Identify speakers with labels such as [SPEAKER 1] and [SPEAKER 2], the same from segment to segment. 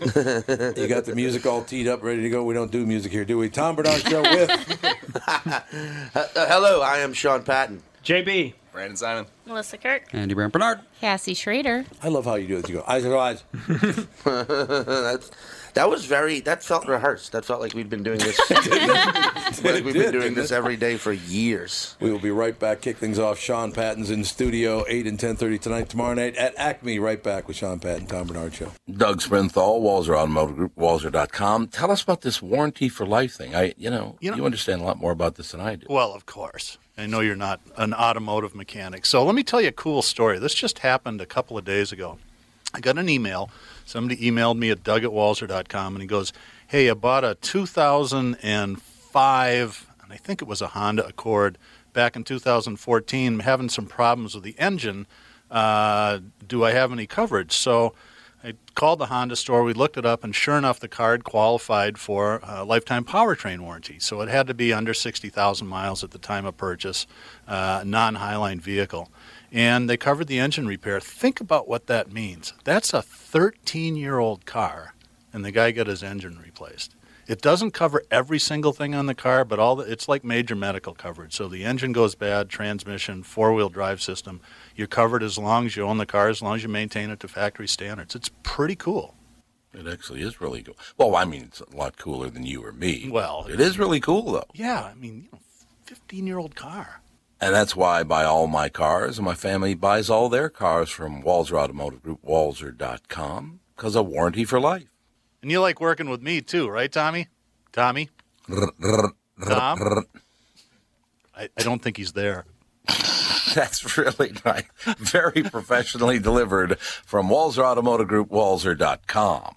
[SPEAKER 1] You got the music all teed up, ready to go. We don't do music here, do we? Tom Bernard Show with
[SPEAKER 2] Uh, hello, I am Sean Patton.
[SPEAKER 3] JB.
[SPEAKER 4] Brandon Simon.
[SPEAKER 5] Melissa Kirk.
[SPEAKER 3] Andy Brand Bernard.
[SPEAKER 5] Cassie Schrader.
[SPEAKER 1] I love how you do it. You go eyes are eyes.
[SPEAKER 2] That's, that was very. That felt rehearsed. That felt like we'd been doing this. like we've
[SPEAKER 1] did,
[SPEAKER 2] been doing
[SPEAKER 1] didn't
[SPEAKER 2] this
[SPEAKER 1] it?
[SPEAKER 2] every day for years.
[SPEAKER 1] We will be right back. Kick things off. Sean Patton's in studio, eight and ten thirty tonight. Tomorrow night at Acme. Right back with Sean Patton, Tom Bernard Show.
[SPEAKER 6] Doug Sprinthal, Walzer Automotive Group, Walzer.com. Tell us about this warranty for life thing. I, you know, you,
[SPEAKER 7] You know-
[SPEAKER 6] understand a lot more about this than I do.
[SPEAKER 7] Well, of course. I know you're not an automotive mechanic. So let me tell you a cool story. This just happened a couple of days ago. I got an email. Somebody emailed me at doug at walzer.com and he goes, Hey, I bought a 2005, and I think it was a Honda Accord back in 2014, I'm having some problems with the engine. Uh, do I have any coverage? So I called the Honda store. We looked it up, and sure enough, the card qualified for a lifetime powertrain warranty. So it had to be under 60,000 miles at the time of purchase, uh, non Highline vehicle. And they covered the engine repair. Think about what that means. That's a 13 year old car, and the guy got his engine replaced. It doesn't cover every single thing on the car, but all the, it's like major medical coverage. So the engine goes bad, transmission, four-wheel drive system. You're covered as long as you own the car, as long as you maintain it to factory standards. It's pretty cool.
[SPEAKER 6] It actually is really cool. Well, I mean, it's a lot cooler than you or me.
[SPEAKER 7] Well-
[SPEAKER 6] it is really cool, though.
[SPEAKER 7] Yeah, I mean, you know, 15-year-old car.
[SPEAKER 6] And that's why I buy all my cars, and my family buys all their cars from Walzer Automotive Group, Walzer.com, because a warranty for life.
[SPEAKER 7] And you like working with me too, right, Tommy? Tommy? Tom? I, I don't think he's there.
[SPEAKER 6] That's really nice. Very professionally delivered from Walzer Automotive Group, Walzer.com.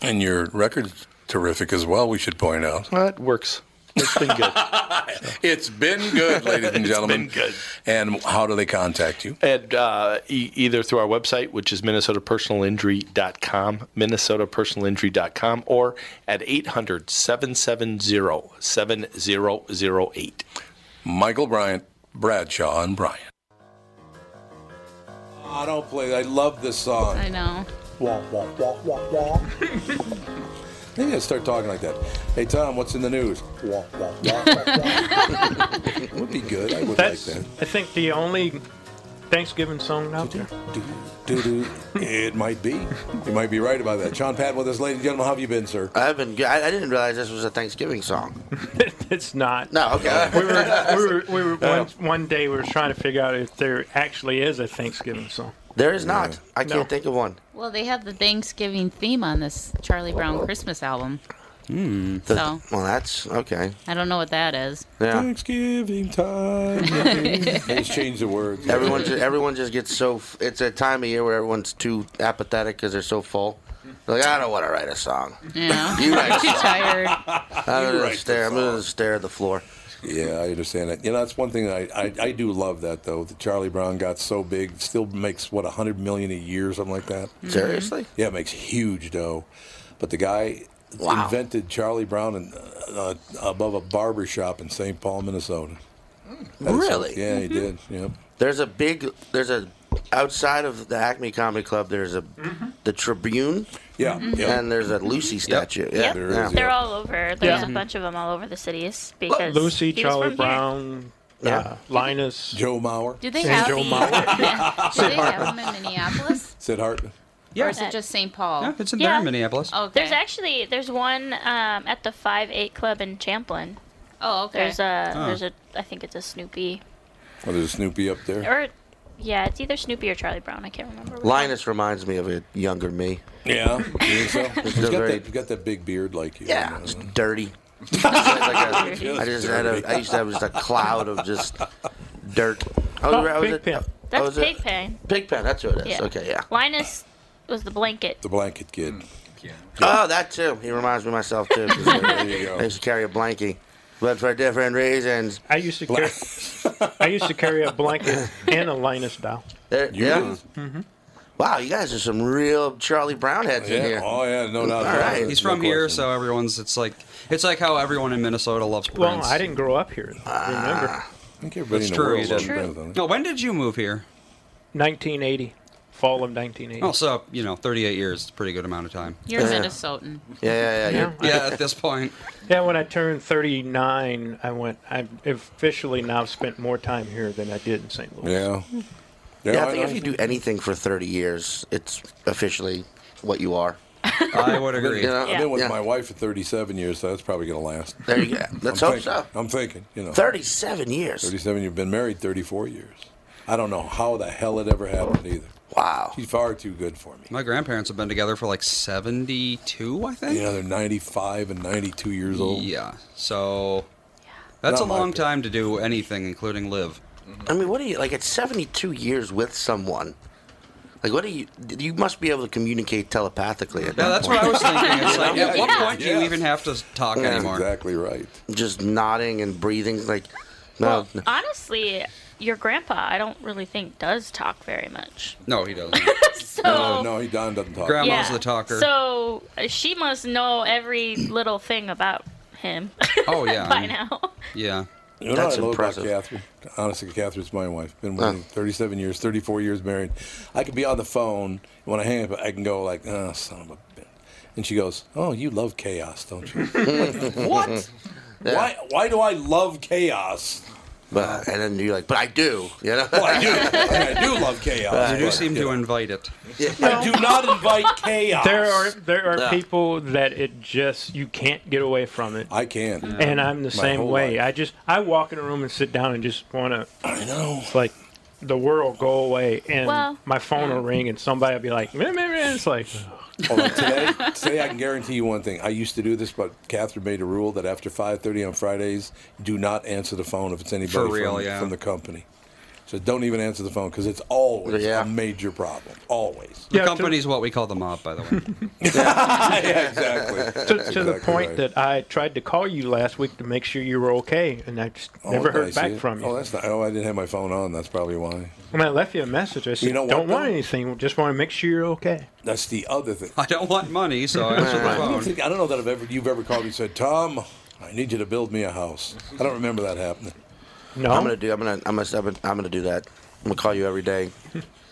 [SPEAKER 1] And your record's terrific as well, we should point out.
[SPEAKER 4] Well, it works. It's been good.
[SPEAKER 1] It's been good, ladies and gentlemen.
[SPEAKER 4] been good.
[SPEAKER 1] And how do they contact you?
[SPEAKER 4] And uh, e- either through our website, which is minnesotapersonalinjury.com, minnesotapersonalinjury.com, or at 800-770-7008.
[SPEAKER 1] Michael Bryant, Bradshaw, and Bryant. I don't play. I love this song.
[SPEAKER 5] I know.
[SPEAKER 1] Wah, wah, wah, wah, wah. Maybe I start talking like that. Hey Tom, what's in the news? Wah, wah, wah, wah, wah. would be good. I would
[SPEAKER 3] That's,
[SPEAKER 1] like that.
[SPEAKER 3] I think, the only Thanksgiving song out there?
[SPEAKER 6] Do, do, do. It might be. You might be right about that. Sean Patton with us, ladies and gentlemen. How have you been, sir?
[SPEAKER 2] I've been. g- I, I didn't realize this was a Thanksgiving song.
[SPEAKER 3] it's not.
[SPEAKER 2] No, okay.
[SPEAKER 3] We were, we were, we were one, one day we were trying to figure out if there actually is a Thanksgiving song.
[SPEAKER 2] There is not. I
[SPEAKER 3] No.
[SPEAKER 2] can't think of one.
[SPEAKER 5] Well, they have the Thanksgiving theme on this Charlie
[SPEAKER 2] Uh-huh.
[SPEAKER 5] Brown Christmas album.
[SPEAKER 3] Hmm.
[SPEAKER 2] The-
[SPEAKER 5] So
[SPEAKER 2] Well, that's okay.
[SPEAKER 5] I don't know what that is.
[SPEAKER 2] Yeah.
[SPEAKER 6] Thanksgiving time. they just changed the words.
[SPEAKER 2] Everyone, just, everyone just gets so. f- It's a time of year where everyone's too apathetic because they're so full. They're like, I don't want to write a song.
[SPEAKER 5] Yeah.
[SPEAKER 2] You Uh, write.
[SPEAKER 5] Too tired.
[SPEAKER 2] I'm
[SPEAKER 6] You
[SPEAKER 2] gonna
[SPEAKER 6] write the
[SPEAKER 2] stare. I'm
[SPEAKER 6] song.
[SPEAKER 2] gonna stare at the floor.
[SPEAKER 6] Yeah, I understand that. You know, that's one thing that I, I, I do love that though. That Charlie Brown got so big, still makes what hundred million a year, something like that.
[SPEAKER 2] Mm-hmm. Seriously?
[SPEAKER 6] Yeah, makes huge dough. But the guy
[SPEAKER 2] Wow.
[SPEAKER 6] invented Charlie Brown in, uh, above a barber shop in St. Paul, Minnesota. That is-
[SPEAKER 2] Really?
[SPEAKER 6] yeah,
[SPEAKER 8] Mm-hmm.
[SPEAKER 6] he did. Yep.
[SPEAKER 2] There's a big. There's a outside of the Acme Comedy Club. There's a the Tribune
[SPEAKER 6] Yeah. yep.
[SPEAKER 2] and there's a Lucy statue. Yeah.
[SPEAKER 9] Yep.
[SPEAKER 6] There is,
[SPEAKER 2] yeah.
[SPEAKER 9] They're all over. There's
[SPEAKER 3] Yeah.
[SPEAKER 9] a bunch of them all over the cities because
[SPEAKER 3] Lucy,
[SPEAKER 9] he was from
[SPEAKER 3] Charlie
[SPEAKER 9] here.
[SPEAKER 3] Brown,
[SPEAKER 2] Yeah.
[SPEAKER 3] uh, Linus.
[SPEAKER 6] Joe Mauer,
[SPEAKER 5] Do they
[SPEAKER 3] Angel
[SPEAKER 5] have the,
[SPEAKER 3] Mauer.
[SPEAKER 5] yeah. Do they have them in Minneapolis,
[SPEAKER 6] Sid Hartman.
[SPEAKER 5] or is it just St. Paul?
[SPEAKER 9] Yeah,
[SPEAKER 8] It's in
[SPEAKER 9] Yeah.
[SPEAKER 8] there in Minneapolis.
[SPEAKER 5] okay.
[SPEAKER 9] There's actually there's one um, at the Five Eight Club in Champlin.
[SPEAKER 5] oh, okay.
[SPEAKER 9] There's a there's a I think it's a Snoopy
[SPEAKER 6] Oh, there's Snoopy up there.
[SPEAKER 9] or yeah it's either Snoopy or Charlie Brown. I can't remember. which one.
[SPEAKER 2] Linus reminds me of a younger me.
[SPEAKER 6] Yeah. You think so? He's
[SPEAKER 2] still
[SPEAKER 6] got,
[SPEAKER 2] very-
[SPEAKER 6] that, he's got that big beard like you.
[SPEAKER 2] Yeah,
[SPEAKER 6] you
[SPEAKER 2] it's
[SPEAKER 6] know.
[SPEAKER 2] dirty. It's like a, I just had
[SPEAKER 6] dirty.
[SPEAKER 2] a. I used to have just a cloud of just dirt. I was,
[SPEAKER 3] Oh,
[SPEAKER 2] I was
[SPEAKER 3] Pigpen.
[SPEAKER 2] I
[SPEAKER 9] That's
[SPEAKER 2] was
[SPEAKER 9] Pig
[SPEAKER 2] At,
[SPEAKER 9] Pen.
[SPEAKER 2] Pigpen. That's who it is.
[SPEAKER 9] Yeah.
[SPEAKER 2] Okay, yeah.
[SPEAKER 9] Linus was the blanket.
[SPEAKER 6] The blanket kid.
[SPEAKER 2] Oh, that too. He reminds me of myself too. 'cause
[SPEAKER 6] There you
[SPEAKER 2] I
[SPEAKER 6] go.
[SPEAKER 2] used to carry a blankie, but for different reasons.
[SPEAKER 3] I used to carry, I used to carry a blanket and a Linus doll.
[SPEAKER 2] There,
[SPEAKER 6] You
[SPEAKER 2] yeah.
[SPEAKER 6] did.
[SPEAKER 9] Mm-hmm.
[SPEAKER 2] Wow, you guys are some real Charlie Brown heads in
[SPEAKER 6] Yeah.
[SPEAKER 2] here.
[SPEAKER 6] Oh yeah, no doubt.
[SPEAKER 2] All right.
[SPEAKER 8] He's
[SPEAKER 6] No
[SPEAKER 8] from here,
[SPEAKER 6] question.
[SPEAKER 8] so everyone's. It's like it's like how everyone in Minnesota loves Prince.
[SPEAKER 3] Well, I didn't grow up here. Though, remember,
[SPEAKER 2] Ah.
[SPEAKER 6] I think everybody
[SPEAKER 8] It's
[SPEAKER 6] in the
[SPEAKER 8] true,
[SPEAKER 6] world
[SPEAKER 8] you
[SPEAKER 6] loves
[SPEAKER 8] did.
[SPEAKER 6] Prince, don't they?
[SPEAKER 8] No, when did you move here?
[SPEAKER 3] 1980, fall of 1980.
[SPEAKER 8] Oh, so you know, 38 years. It's a pretty good amount of time.
[SPEAKER 5] You're Minnesotan.
[SPEAKER 2] Yeah, yeah, yeah. yeah.
[SPEAKER 8] Yeah, at this point.
[SPEAKER 3] Yeah, when I turned 39, I went. I officially now spent more time here than I did in St. Louis.
[SPEAKER 6] Yeah.
[SPEAKER 2] Yeah, I think if you do anything for 30 years, it's officially what you are.
[SPEAKER 8] I would agree.
[SPEAKER 2] You know?
[SPEAKER 6] I've been with
[SPEAKER 2] Yeah.
[SPEAKER 6] my wife for 37 years, so that's probably going to last.
[SPEAKER 2] There you go. Let's
[SPEAKER 6] I'm
[SPEAKER 2] hope
[SPEAKER 6] thinking,
[SPEAKER 2] so.
[SPEAKER 6] I'm thinking, you know.
[SPEAKER 2] 37 years.
[SPEAKER 6] 37, you've been married 34 years. I don't know how the hell it ever happened either.
[SPEAKER 2] Wow.
[SPEAKER 6] She's far too good for me.
[SPEAKER 8] My grandparents have been together for like 72, I think.
[SPEAKER 6] You know, they're 95 and 92 years old.
[SPEAKER 8] Yeah. So that's
[SPEAKER 6] Not
[SPEAKER 8] a
[SPEAKER 6] my
[SPEAKER 8] long
[SPEAKER 6] opinion.
[SPEAKER 8] time to do anything, including live.
[SPEAKER 2] I mean, what do you like at 72 years with someone? Like, what do you? You must be able to communicate telepathically at
[SPEAKER 8] Yeah,
[SPEAKER 2] that
[SPEAKER 8] that's
[SPEAKER 2] point.
[SPEAKER 8] what I was thinking. It's like, at what point do you
[SPEAKER 6] Yeah.
[SPEAKER 8] even have to talk
[SPEAKER 2] Yeah,
[SPEAKER 6] That's
[SPEAKER 8] anymore?
[SPEAKER 6] exactly right.
[SPEAKER 2] Just nodding and breathing, like, no, no.
[SPEAKER 9] Honestly, your grandpa I don't really think does talk very much.
[SPEAKER 8] No, he doesn't.
[SPEAKER 9] So
[SPEAKER 6] No, no, he Don doesn't talk.
[SPEAKER 8] Grandma- Grandma's the talker.
[SPEAKER 9] So uh, she must know every little thing about him
[SPEAKER 8] Oh yeah.
[SPEAKER 9] by now.
[SPEAKER 8] Yeah.
[SPEAKER 6] You know
[SPEAKER 2] That's
[SPEAKER 6] what I love
[SPEAKER 2] impressive.
[SPEAKER 6] about Catherine? Honestly, Catherine's my wife. Been with her 37 years, 34 years married. I could be on the phone, and when I hang up, I can go like, oh, son of a bitch. And she goes, oh, you love chaos, don't you? Like, what? Why, why do I love chaos?
[SPEAKER 2] But, and then you're like, but I do, you know?
[SPEAKER 6] Well, I do. I do love chaos.
[SPEAKER 8] You do
[SPEAKER 6] but,
[SPEAKER 8] seem
[SPEAKER 6] you
[SPEAKER 8] to
[SPEAKER 6] know,
[SPEAKER 8] invite it.
[SPEAKER 6] I do not invite chaos.
[SPEAKER 3] There are there are
[SPEAKER 2] Yeah.
[SPEAKER 3] people that it just you can't get away from it.
[SPEAKER 6] I can.
[SPEAKER 3] and I'm the same
[SPEAKER 6] whole
[SPEAKER 3] way.
[SPEAKER 6] life.
[SPEAKER 3] I just I walk in a room and sit down and just want to
[SPEAKER 6] I know.
[SPEAKER 3] like the world go away and
[SPEAKER 9] Well-
[SPEAKER 3] my phone will ring and somebody will be like, meh, meh, meh. it's like
[SPEAKER 6] Although today, today I can guarantee you one thing. I used to do this, but Catherine made a rule that after 5:30 on Fridays, do not answer the phone if it's anybody
[SPEAKER 8] For real,
[SPEAKER 6] from,
[SPEAKER 8] yeah.
[SPEAKER 6] from the company. So don't even answer the phone because it's always
[SPEAKER 2] Yeah.
[SPEAKER 6] a major problem. Always.
[SPEAKER 8] The
[SPEAKER 3] Yeah, to-
[SPEAKER 8] company's what we call the mob, by the way.
[SPEAKER 6] yeah, exactly.
[SPEAKER 3] to, to the point that I tried to call you last week to make sure you were okay, and I just never heard back from you.
[SPEAKER 6] Oh, that's not. Oh, I didn't have my phone on. That's probably why.
[SPEAKER 3] when I left you a message, I said,
[SPEAKER 6] know what,
[SPEAKER 3] "Don't want
[SPEAKER 6] though?
[SPEAKER 3] anything. Just want to make sure you're okay."
[SPEAKER 6] That's the other thing.
[SPEAKER 8] I don't want money, so I answer
[SPEAKER 6] I don't,
[SPEAKER 8] the phone.
[SPEAKER 6] think, I don't know that I've ever you've ever called me and said, Tom, I need you to build me a house. I don't remember that happening.
[SPEAKER 3] No,
[SPEAKER 2] I'm gonna do. I'm gonna. I'm gonna. I'm gonna, I'm gonna do that. I'm gonna call you every day.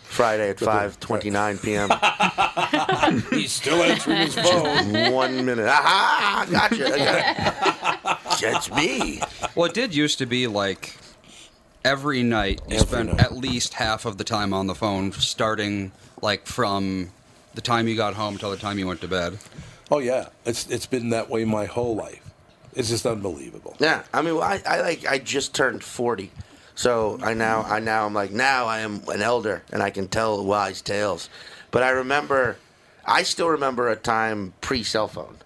[SPEAKER 2] Friday at 5:29 p.m.
[SPEAKER 6] He's still answering his phone.
[SPEAKER 2] One minute. Aha! Gotcha. I got it. That's me.
[SPEAKER 8] Well, it did used to be like every night you
[SPEAKER 6] Every
[SPEAKER 8] spent
[SPEAKER 6] night.
[SPEAKER 8] at least half of the time on the phone, starting like from the time you got home till the time you went to bed.
[SPEAKER 6] Oh yeah, it's it's been that way my whole life. It's just unbelievable.
[SPEAKER 2] Yeah, I mean, well, I, I like I just turned forty, so I now I now I'm like now I am an elder and I can tell wise tales. But I remember, I still remember a time pre cell phone.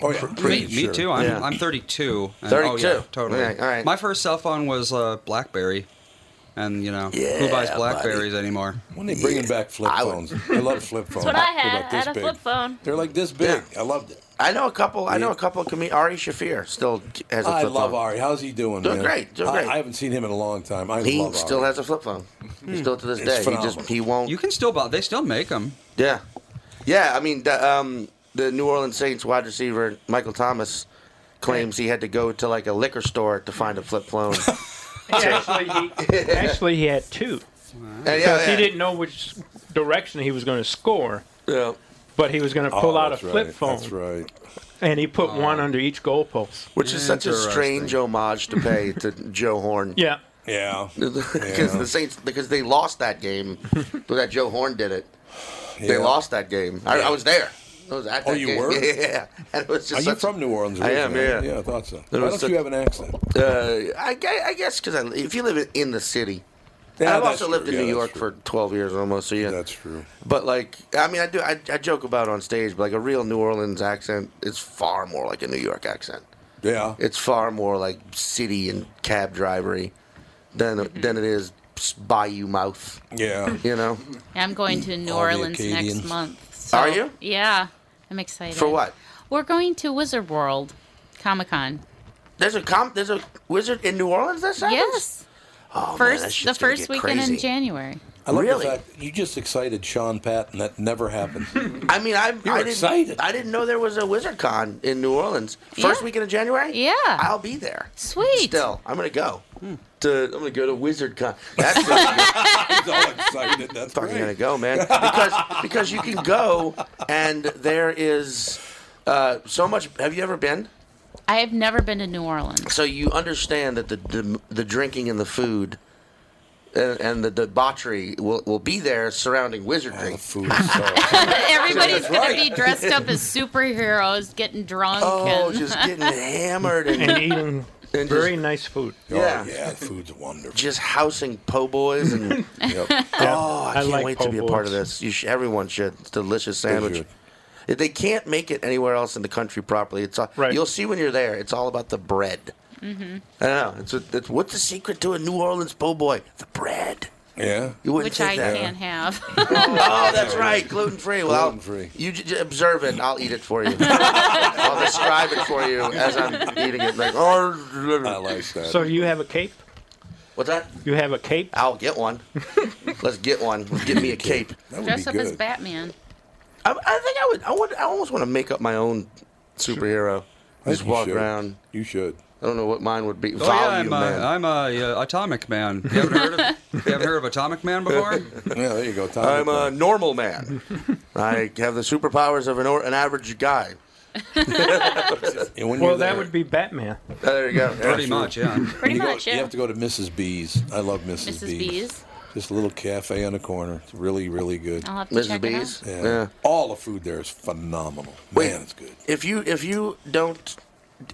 [SPEAKER 6] Oh yeah,
[SPEAKER 8] me, me too. I'm, I'm 32. and- oh,
[SPEAKER 2] 32.
[SPEAKER 8] yeah, totally.
[SPEAKER 2] Okay, all right.
[SPEAKER 8] My first cell phone was uh, BlackBerry, and you know
[SPEAKER 6] Yeah,
[SPEAKER 8] who buys
[SPEAKER 6] buddy.
[SPEAKER 8] Blackberries anymore?
[SPEAKER 6] When they bringing back flip phones, I love flip phones.
[SPEAKER 9] That's what I
[SPEAKER 6] They're
[SPEAKER 9] had.
[SPEAKER 6] about
[SPEAKER 9] I
[SPEAKER 6] this
[SPEAKER 9] had a
[SPEAKER 6] big.
[SPEAKER 9] flip phone.
[SPEAKER 6] They're like this big. I loved it.
[SPEAKER 2] I know a couple. I know a couple. Of comed- Ari Shafir still has a flip
[SPEAKER 6] I love
[SPEAKER 2] phone.
[SPEAKER 6] Ari. How's he doing?
[SPEAKER 2] Doing
[SPEAKER 6] man?
[SPEAKER 2] great, doing
[SPEAKER 6] I-
[SPEAKER 2] great.
[SPEAKER 6] I, haven't seen him in a long time. I
[SPEAKER 2] He
[SPEAKER 6] love
[SPEAKER 2] still
[SPEAKER 6] Ari. Hmm.
[SPEAKER 2] has a flip phone. He still to this
[SPEAKER 6] It's
[SPEAKER 2] day. He
[SPEAKER 6] phenomenal.
[SPEAKER 2] just he won't.
[SPEAKER 8] You can still buy. They still make them.
[SPEAKER 2] Yeah, yeah. I mean, the, um, the New Orleans Saints wide receiver Michael Thomas claims he had to go to like a liquor store to find a flip phone.
[SPEAKER 3] actually, he, actually, he had two.
[SPEAKER 2] Yeah,
[SPEAKER 3] because
[SPEAKER 2] yeah.
[SPEAKER 3] he didn't know which direction he was going to score.
[SPEAKER 2] Yeah.
[SPEAKER 3] But he was going to pull
[SPEAKER 6] Oh,
[SPEAKER 3] out a
[SPEAKER 6] that's
[SPEAKER 3] flip
[SPEAKER 6] right,
[SPEAKER 3] phone.
[SPEAKER 6] That's right. Oh.
[SPEAKER 3] And he put one under each goalpost.
[SPEAKER 2] Which is such a strange homage to pay to Joe Horn.
[SPEAKER 3] Yeah.
[SPEAKER 6] Yeah.
[SPEAKER 2] Because the Saints, because they lost that game, but that Joe Horn did it.
[SPEAKER 6] Yeah.
[SPEAKER 2] They lost that game. I, I was there. I was at
[SPEAKER 6] Oh,
[SPEAKER 2] that
[SPEAKER 6] you
[SPEAKER 2] game.
[SPEAKER 6] were?
[SPEAKER 2] Yeah, and it was just
[SPEAKER 6] Are you
[SPEAKER 2] such a-
[SPEAKER 6] from New Orleans?
[SPEAKER 2] I am,
[SPEAKER 6] originally?
[SPEAKER 2] yeah.
[SPEAKER 6] Yeah, I thought so.
[SPEAKER 2] There
[SPEAKER 6] Why
[SPEAKER 2] was
[SPEAKER 6] don't
[SPEAKER 2] such-
[SPEAKER 6] you have an accent?
[SPEAKER 2] Uh, I, gu- I guess because if you live in the city,
[SPEAKER 6] Yeah,
[SPEAKER 2] I've
[SPEAKER 6] that's
[SPEAKER 2] also lived
[SPEAKER 6] true.
[SPEAKER 2] in
[SPEAKER 6] Yeah,
[SPEAKER 2] New
[SPEAKER 6] that's
[SPEAKER 2] York for 12 years almost. So yeah,
[SPEAKER 6] that's true.
[SPEAKER 2] But like, I mean, I do. I, I joke about it on stage, but like a real New Orleans accent is far more like a New York accent.
[SPEAKER 6] Yeah.
[SPEAKER 2] It's far more like city and cab drivery than
[SPEAKER 5] Mm-hmm.
[SPEAKER 2] than it is bayou mouth.
[SPEAKER 6] Yeah,
[SPEAKER 2] you know.
[SPEAKER 5] I'm going to New
[SPEAKER 2] All the
[SPEAKER 5] Orleans next
[SPEAKER 2] Acadians.
[SPEAKER 5] month. So,
[SPEAKER 2] Are you?
[SPEAKER 5] Yeah, I'm excited.
[SPEAKER 2] For what?
[SPEAKER 5] We're going to Wizard World, Comic Con.
[SPEAKER 2] There's a comp. There's a wizard in New Orleans. That happens.
[SPEAKER 5] Yes,
[SPEAKER 2] Oh,
[SPEAKER 5] first
[SPEAKER 2] man, that shit's
[SPEAKER 5] the
[SPEAKER 2] gonna
[SPEAKER 5] first
[SPEAKER 2] get
[SPEAKER 5] weekend
[SPEAKER 2] crazy.
[SPEAKER 5] in January.
[SPEAKER 6] I love
[SPEAKER 2] Really?
[SPEAKER 6] the fact you just excited Sean Patton. That never happens.
[SPEAKER 2] I mean, I,
[SPEAKER 6] You're
[SPEAKER 2] I didn't.
[SPEAKER 6] excited.
[SPEAKER 2] I didn't know there was a Wizard Con in New Orleans. First
[SPEAKER 5] Yeah.
[SPEAKER 2] weekend of January.
[SPEAKER 5] Yeah,
[SPEAKER 2] I'll be there.
[SPEAKER 5] Sweet.
[SPEAKER 2] Still, I'm gonna go.
[SPEAKER 6] Hmm.
[SPEAKER 2] To, I'm gonna go to Wizard Con. That's He's
[SPEAKER 6] all excited. That's
[SPEAKER 2] fucking gonna go, man. Because because you can go and there is uh, so much. Have you ever been?
[SPEAKER 5] I have never been to New Orleans.
[SPEAKER 2] So you understand that the the, the drinking and the food. And, and the debauchery will, will be there surrounding wizardry.
[SPEAKER 5] Everybody's
[SPEAKER 2] That's
[SPEAKER 5] gonna
[SPEAKER 2] right.
[SPEAKER 5] be dressed up as superheroes, getting drunk.
[SPEAKER 2] Oh,
[SPEAKER 5] and
[SPEAKER 2] just getting hammered and,
[SPEAKER 3] And eating very nice food.
[SPEAKER 2] Yeah.
[SPEAKER 6] yeah, the food's wonderful.
[SPEAKER 2] Just housing po' boys and
[SPEAKER 6] Yep.
[SPEAKER 2] oh, I
[SPEAKER 3] I
[SPEAKER 2] can't
[SPEAKER 3] like
[SPEAKER 2] wait to be a
[SPEAKER 3] po'
[SPEAKER 2] part of
[SPEAKER 3] boys.
[SPEAKER 2] this. You sh- everyone should. It's a delicious
[SPEAKER 6] They
[SPEAKER 2] sandwich.
[SPEAKER 6] should.
[SPEAKER 2] If they can't make it anywhere else in the country properly, it's all,
[SPEAKER 3] Right.
[SPEAKER 2] you'll see when you're there. It's all about the bread.
[SPEAKER 5] Mhm.
[SPEAKER 2] I don't know. It's, a, it's what's the secret to a New Orleans po' boy? The bread.
[SPEAKER 6] Yeah.
[SPEAKER 2] You wouldn't
[SPEAKER 5] Which
[SPEAKER 2] think
[SPEAKER 5] I
[SPEAKER 2] that.
[SPEAKER 5] can't have.
[SPEAKER 2] Oh, that's right, gluten free. Well, I'll-
[SPEAKER 6] Gluten-free.
[SPEAKER 2] you j- j- observe it. I'll eat it for you. I'll describe it for you as I'm eating it. Like, oh,
[SPEAKER 6] I like that.
[SPEAKER 3] So do you have a cape?
[SPEAKER 2] what's that?
[SPEAKER 3] You have a cape?
[SPEAKER 2] I'll get one. Let's get one. Let's get me a cape.
[SPEAKER 6] that would
[SPEAKER 5] Dress
[SPEAKER 6] be
[SPEAKER 5] up
[SPEAKER 6] good.
[SPEAKER 5] as Batman.
[SPEAKER 2] I, I think I would. I would. I almost want to make up my own superhero.
[SPEAKER 6] I think
[SPEAKER 2] Just
[SPEAKER 6] you
[SPEAKER 2] walk
[SPEAKER 6] should.
[SPEAKER 2] around.
[SPEAKER 6] You should.
[SPEAKER 2] I don't know what mine would be.
[SPEAKER 8] Oh yeah,
[SPEAKER 2] Volume
[SPEAKER 8] I'm
[SPEAKER 2] man.
[SPEAKER 8] a, I'm a uh, Atomic Man. You haven't heard of you haven't heard of Atomic Man before?
[SPEAKER 6] Yeah, there you go. Tom
[SPEAKER 2] I'm
[SPEAKER 6] Rickman.
[SPEAKER 2] a normal man. I have the superpowers of an, or, an average guy.
[SPEAKER 6] And when
[SPEAKER 3] Well,
[SPEAKER 6] you're
[SPEAKER 3] that
[SPEAKER 6] there- Oh,
[SPEAKER 3] would be Batman.
[SPEAKER 2] There you go.
[SPEAKER 8] Pretty much, yeah.
[SPEAKER 9] Pretty
[SPEAKER 6] you, go-
[SPEAKER 9] much,
[SPEAKER 6] you
[SPEAKER 9] yeah.
[SPEAKER 6] have to go to Mrs. B's. I love Mrs.
[SPEAKER 5] Mrs.
[SPEAKER 6] B's.
[SPEAKER 5] B's.
[SPEAKER 6] Just a little cafe on the corner. It's really, really good.
[SPEAKER 5] I'll have to
[SPEAKER 2] Mrs.
[SPEAKER 5] check
[SPEAKER 2] B's.
[SPEAKER 5] it out.
[SPEAKER 6] Yeah.
[SPEAKER 2] yeah.
[SPEAKER 6] All the food there is phenomenal.
[SPEAKER 2] Wait.
[SPEAKER 6] Man, it's good.
[SPEAKER 2] If you if you don't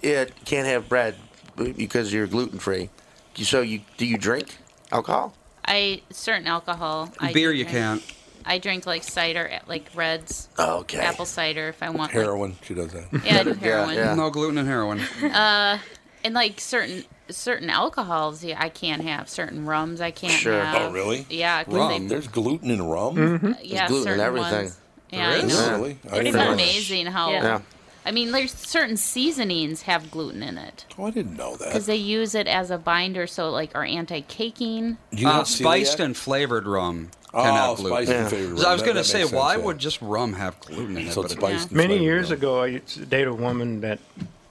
[SPEAKER 2] it, can't have bread because you're gluten free, so you do you drink alcohol?
[SPEAKER 5] I certain alcohol. I
[SPEAKER 8] Beer
[SPEAKER 5] do
[SPEAKER 8] you
[SPEAKER 5] drink.
[SPEAKER 8] can't.
[SPEAKER 5] I drink like cider, like reds,
[SPEAKER 2] Okay.
[SPEAKER 5] apple cider if I want. like-
[SPEAKER 6] Heroin. She does that.
[SPEAKER 5] yeah, I do heroin.
[SPEAKER 2] Yeah.
[SPEAKER 8] No gluten and heroin.
[SPEAKER 5] uh, And like certain certain alcohols, yeah, I can't have certain rums. I can't
[SPEAKER 2] Sure. Oh,
[SPEAKER 5] have.
[SPEAKER 6] really?
[SPEAKER 5] Yeah. 'cause
[SPEAKER 8] Rum?
[SPEAKER 5] They,
[SPEAKER 6] There's gluten in rum.
[SPEAKER 5] yeah.
[SPEAKER 2] gluten in
[SPEAKER 5] certain
[SPEAKER 2] everything.
[SPEAKER 5] Ones. Yeah,
[SPEAKER 8] There
[SPEAKER 5] I
[SPEAKER 8] is?
[SPEAKER 5] know.
[SPEAKER 6] Really? I
[SPEAKER 9] Pretty
[SPEAKER 6] didn't
[SPEAKER 5] It's
[SPEAKER 6] know that.
[SPEAKER 5] amazing how.
[SPEAKER 9] Yeah.
[SPEAKER 2] Yeah.
[SPEAKER 5] I mean, there's certain seasonings have gluten in it
[SPEAKER 6] Oh, I didn't know that.
[SPEAKER 5] because they use it as a binder, so like are anti-caking.
[SPEAKER 6] Do you
[SPEAKER 8] Uh,
[SPEAKER 6] have
[SPEAKER 8] spiced
[SPEAKER 6] celiac?
[SPEAKER 8] and flavored rum
[SPEAKER 6] Oh,
[SPEAKER 8] can have gluten.
[SPEAKER 6] spiced and flavored
[SPEAKER 8] 'Cause I
[SPEAKER 6] rum.
[SPEAKER 8] was
[SPEAKER 6] That-
[SPEAKER 8] going to
[SPEAKER 6] that
[SPEAKER 8] say,
[SPEAKER 6] makes
[SPEAKER 8] why
[SPEAKER 6] sense, yeah.
[SPEAKER 8] would just rum have gluten in it?
[SPEAKER 6] So
[SPEAKER 8] but
[SPEAKER 6] it's
[SPEAKER 8] it
[SPEAKER 6] spiced and
[SPEAKER 3] Many
[SPEAKER 6] flavored
[SPEAKER 3] years
[SPEAKER 6] rum.
[SPEAKER 3] ago, I used to date a woman that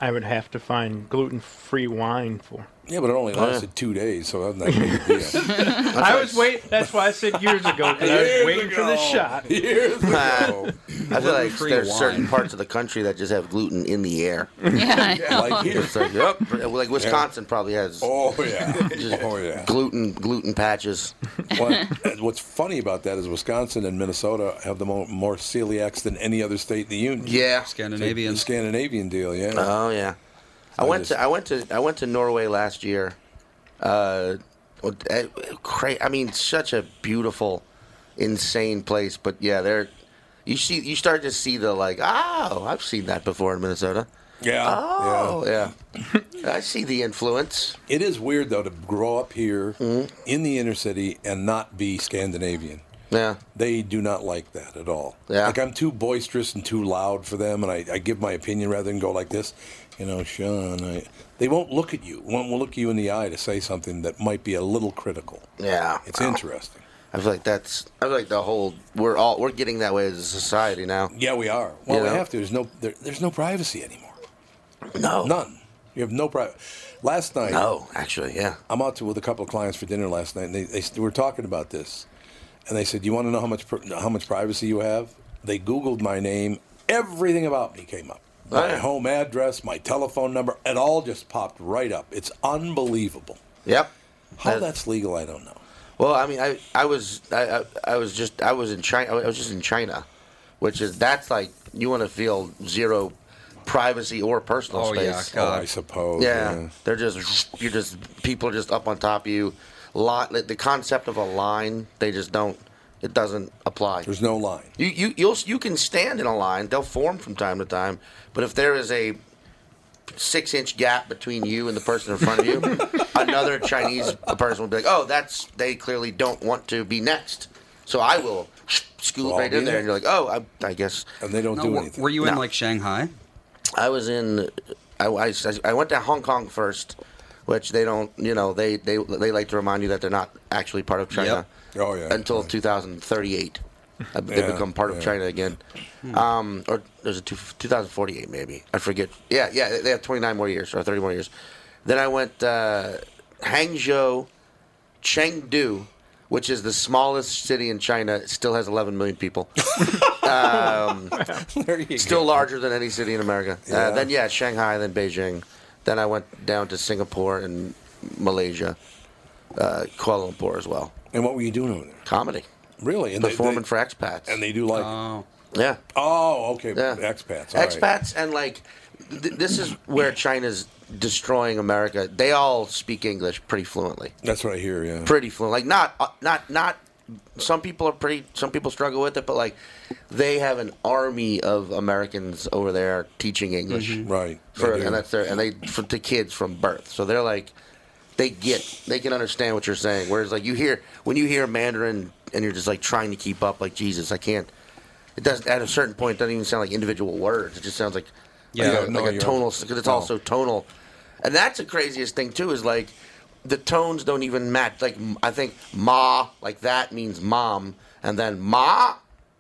[SPEAKER 3] I would have to find gluten-free wine for.
[SPEAKER 6] Yeah, but it only lasted two days, so that's not a big deal.
[SPEAKER 3] I was wait. That's why I said years ago. 'cause I was
[SPEAKER 6] Years
[SPEAKER 3] waiting for the
[SPEAKER 6] ago.
[SPEAKER 3] shot.
[SPEAKER 6] Years ago.
[SPEAKER 2] I feel like
[SPEAKER 8] Gluten-free
[SPEAKER 2] there's certain
[SPEAKER 8] wine.
[SPEAKER 2] parts of the country that just have gluten in the air.
[SPEAKER 8] Yeah, I know.
[SPEAKER 2] like here. It's like, yep, like Wisconsin probably has.
[SPEAKER 6] Oh yeah, oh yeah.
[SPEAKER 2] Gluten gluten patches.
[SPEAKER 6] what's funny about that is Wisconsin and Minnesota have the more, more celiacs than any other state in the union.
[SPEAKER 2] Yeah.
[SPEAKER 6] Scandinavian, Scandinavian deal. Yeah.
[SPEAKER 2] Oh yeah. I went to I went to I went to Norway last year. Uh, what- eh, cra- I mean, such a beautiful, insane place. But yeah, there, you see, you start to see the like. Oh, I've seen that before in Minnesota.
[SPEAKER 6] Yeah.
[SPEAKER 2] Oh, yeah. I see the influence.
[SPEAKER 6] It is weird though to grow up here in the inner city and not be Scandinavian.
[SPEAKER 2] Yeah.
[SPEAKER 6] They do not like that at all.
[SPEAKER 2] Yeah.
[SPEAKER 6] Like I'm too boisterous and too loud for them, and I, I give my opinion rather than go like this. You know, Sean, I, they won't look at you. Won't look you in the eye to say something that might be a little critical.
[SPEAKER 2] Yeah.
[SPEAKER 6] It's
[SPEAKER 2] Wow.
[SPEAKER 6] interesting.
[SPEAKER 2] I feel like that's. I feel like the whole. We're all. We're getting that way as a society now.
[SPEAKER 6] Yeah, we are. Well,
[SPEAKER 2] You
[SPEAKER 6] we
[SPEAKER 2] know?
[SPEAKER 6] have to. There's no there, there's no privacy anymore.
[SPEAKER 2] No,
[SPEAKER 6] none. You have no private. Last night,
[SPEAKER 2] no, Oh, actually, yeah.
[SPEAKER 6] I'm out to with a couple of clients for dinner last night, and they, they, were talking about this, and they said, "You want to know how much pr- how much privacy you have?" They Googled my name. Everything about me came up. My
[SPEAKER 2] Yeah.
[SPEAKER 6] home address, my telephone number, it all just popped right up. It's unbelievable.
[SPEAKER 2] Yep.
[SPEAKER 6] How
[SPEAKER 2] That-
[SPEAKER 6] that's legal, I don't know.
[SPEAKER 2] Well, I mean, I, I was I, I, I was just I was in China. I was just in China, which is that's like you want to feel zero privacy or personal
[SPEAKER 8] Oh, yeah,
[SPEAKER 2] space.
[SPEAKER 8] God. Oh, I
[SPEAKER 6] suppose.
[SPEAKER 2] Yeah,
[SPEAKER 8] yeah.
[SPEAKER 2] they're just you're just people are just up on top of you. Lot the concept of a line they just don't it doesn't apply.
[SPEAKER 6] There's no line.
[SPEAKER 2] You you you'll you can stand in a line. They'll form from time to time, but if there is a six inch gap between you and the person in front of you, another Chinese person will be like, "Oh, that's they clearly don't want to be next." So I will scoot
[SPEAKER 8] Well,
[SPEAKER 2] right in
[SPEAKER 8] yeah.
[SPEAKER 2] there, and you're like, "Oh, I, I guess."
[SPEAKER 6] And they don't
[SPEAKER 8] No, do were- anything. were you in, like,
[SPEAKER 2] Shanghai? I was in. I, I, I went to Hong Kong first, which they don't. You know, they they they like to remind you that they're not actually part of China.
[SPEAKER 6] Yep. Oh, yeah.
[SPEAKER 2] Until 2038, Uh, they
[SPEAKER 6] Yeah,
[SPEAKER 2] become part of
[SPEAKER 6] yeah.
[SPEAKER 2] China again. Um, or there's a two, 2048 maybe. I forget. Yeah, yeah. they- They have 29 more years or 30 more years. Then I went uh, Hangzhou, Chengdu, which is the smallest city in China. It still has 11 million people. um, still larger than any city in America.
[SPEAKER 6] Yeah.
[SPEAKER 2] Uh, then yeah, Shanghai, then Beijing. Then I went down to Singapore and Malaysia, uh, Kuala Lumpur as well.
[SPEAKER 6] And what were you doing over there?
[SPEAKER 2] Comedy.
[SPEAKER 6] Really? And they-
[SPEAKER 2] performing
[SPEAKER 6] they-
[SPEAKER 2] for expats.
[SPEAKER 6] And they do like.
[SPEAKER 2] Yeah.
[SPEAKER 6] Oh, okay. Expats. all right.
[SPEAKER 2] expats and like th- this is where China's destroying America. They all speak English pretty fluently.
[SPEAKER 6] That's what I hear. Yeah.
[SPEAKER 2] Pretty fluent. Like not uh, not not. Some people are pretty. Some people struggle with it, but like they have an army of Americans over there teaching English.
[SPEAKER 6] Mm-hmm. Right.
[SPEAKER 2] For,
[SPEAKER 6] They do.
[SPEAKER 2] and that's their and they for, to kids from birth. So they're like. They get, they can understand what you're saying. Whereas, like you hear when you hear Mandarin, and you're just like trying to keep up. Like Jesus, I can't. It doesn't. At a certain point, it doesn't even sound like individual words. It just sounds like
[SPEAKER 8] Yeah,
[SPEAKER 2] like a,
[SPEAKER 8] no,
[SPEAKER 2] like a
[SPEAKER 8] you're-
[SPEAKER 2] tonal because it's
[SPEAKER 8] no.
[SPEAKER 2] also tonal, and that's the craziest thing too is like the tones don't even match. Like m- I think ma like that means mom, and then ma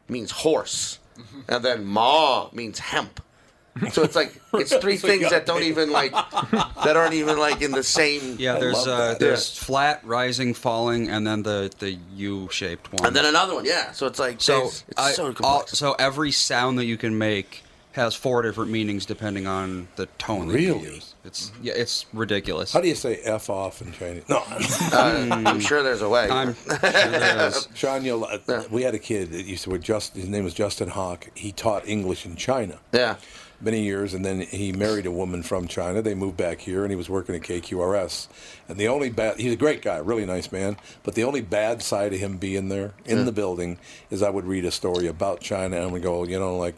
[SPEAKER 2] means horse,
[SPEAKER 8] Mm-hmm.
[SPEAKER 2] and then ma means hemp. So it's like it's three
[SPEAKER 8] So
[SPEAKER 2] things
[SPEAKER 8] you
[SPEAKER 2] that don't even like that aren't even like in the same.
[SPEAKER 8] Yeah, there's uh, there's flat, rising, falling, and then the the U-shaped one.
[SPEAKER 2] and then another one. Yeah, so it's like
[SPEAKER 8] So
[SPEAKER 2] it's, it's
[SPEAKER 8] I-
[SPEAKER 2] so
[SPEAKER 8] all- so every sound that you can make has four different meanings depending on the tone. That you
[SPEAKER 6] Really?
[SPEAKER 8] use. It's yeah, it's ridiculous.
[SPEAKER 6] How do you say "f off" in Chinese? No,
[SPEAKER 8] Uh, I'm sure
[SPEAKER 2] there's a way.
[SPEAKER 8] I'm sure there is.
[SPEAKER 6] Sean, you'll, uh, we had a kid that used to. We're just his name was Justin Hawk. He taught English in China.
[SPEAKER 2] Yeah.
[SPEAKER 6] Many years, and then he married a woman from China. They moved back here, and he was working at KQRS. And the only bad—he's a great guy, really nice man. But the only bad side of him being there in
[SPEAKER 2] Yeah.
[SPEAKER 6] the building is I would read a story about China, and I would go, you know, like,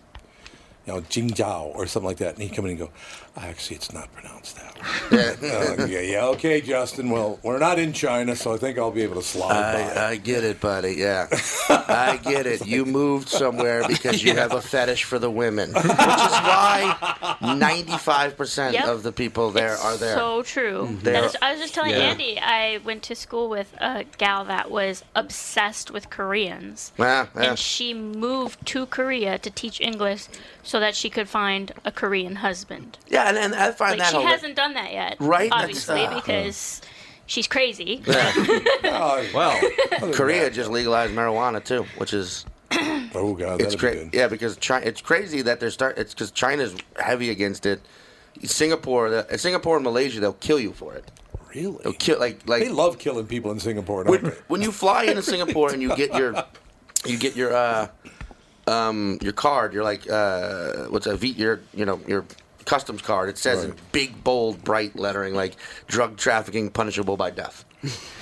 [SPEAKER 6] you know, Jingjiao or something like that. And he'd come in and go, actually, it's not pronounced that.
[SPEAKER 2] Yeah.
[SPEAKER 6] Uh, yeah, yeah, okay, Justin. Well, we're not in China, so I think I'll be able to slide by.
[SPEAKER 2] I, I get it, buddy. Yeah, I get it. You moved somewhere because you have a fetish for the women, which is why ninety-five percent
[SPEAKER 9] Yep.
[SPEAKER 2] of the people there
[SPEAKER 9] It's
[SPEAKER 2] are there.
[SPEAKER 9] So true.
[SPEAKER 2] Mhm.
[SPEAKER 9] That
[SPEAKER 2] They're-
[SPEAKER 9] is- I was just telling
[SPEAKER 2] Yeah.
[SPEAKER 9] Andy, I went to school with a gal that was obsessed with Koreans.
[SPEAKER 2] Yeah, yeah.
[SPEAKER 9] And she moved to Korea to teach English so that she could find a Korean husband.
[SPEAKER 2] Yeah, and, and I find
[SPEAKER 9] like,
[SPEAKER 2] that
[SPEAKER 9] she
[SPEAKER 2] hila-
[SPEAKER 9] hasn't done that yet.
[SPEAKER 2] Right? That's-
[SPEAKER 9] Obviously,
[SPEAKER 2] ah.
[SPEAKER 9] because she's crazy.
[SPEAKER 2] well,
[SPEAKER 6] Korea
[SPEAKER 2] just legalized marijuana too, which is
[SPEAKER 6] Oh
[SPEAKER 2] it's
[SPEAKER 6] god, that'd be
[SPEAKER 2] cra-
[SPEAKER 6] good.
[SPEAKER 2] yeah because China, it's crazy that they're start it's because China's heavy against it. Singapore, the, uh, Singapore and Malaysia, they'll kill you for it.
[SPEAKER 6] Really?
[SPEAKER 2] They'll kill like like
[SPEAKER 6] They love killing people in Singapore. Don't
[SPEAKER 2] when,
[SPEAKER 6] they?
[SPEAKER 2] when you fly into Singapore and you get your you get your uh um your card, you're like uh what's a V your you know your customs card. It says in big bold bright lettering like drug trafficking punishable by death.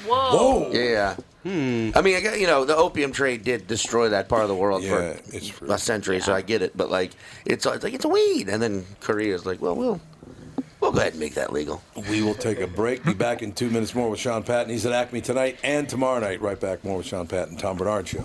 [SPEAKER 5] Whoa.
[SPEAKER 2] Yeah.
[SPEAKER 6] Hmm.
[SPEAKER 2] I mean, I got, you know, the opium trade did destroy that part of the world for a century, so I get it. But like, it's, it's like it's a weed, and then Korea's like, well, we'll we'll go ahead and make that legal.
[SPEAKER 6] We will take a break. Be back in two minutes more with Sean Patton. He's at Acme tonight and tomorrow night. Right back more with Sean Patton, Tom Bernard Show.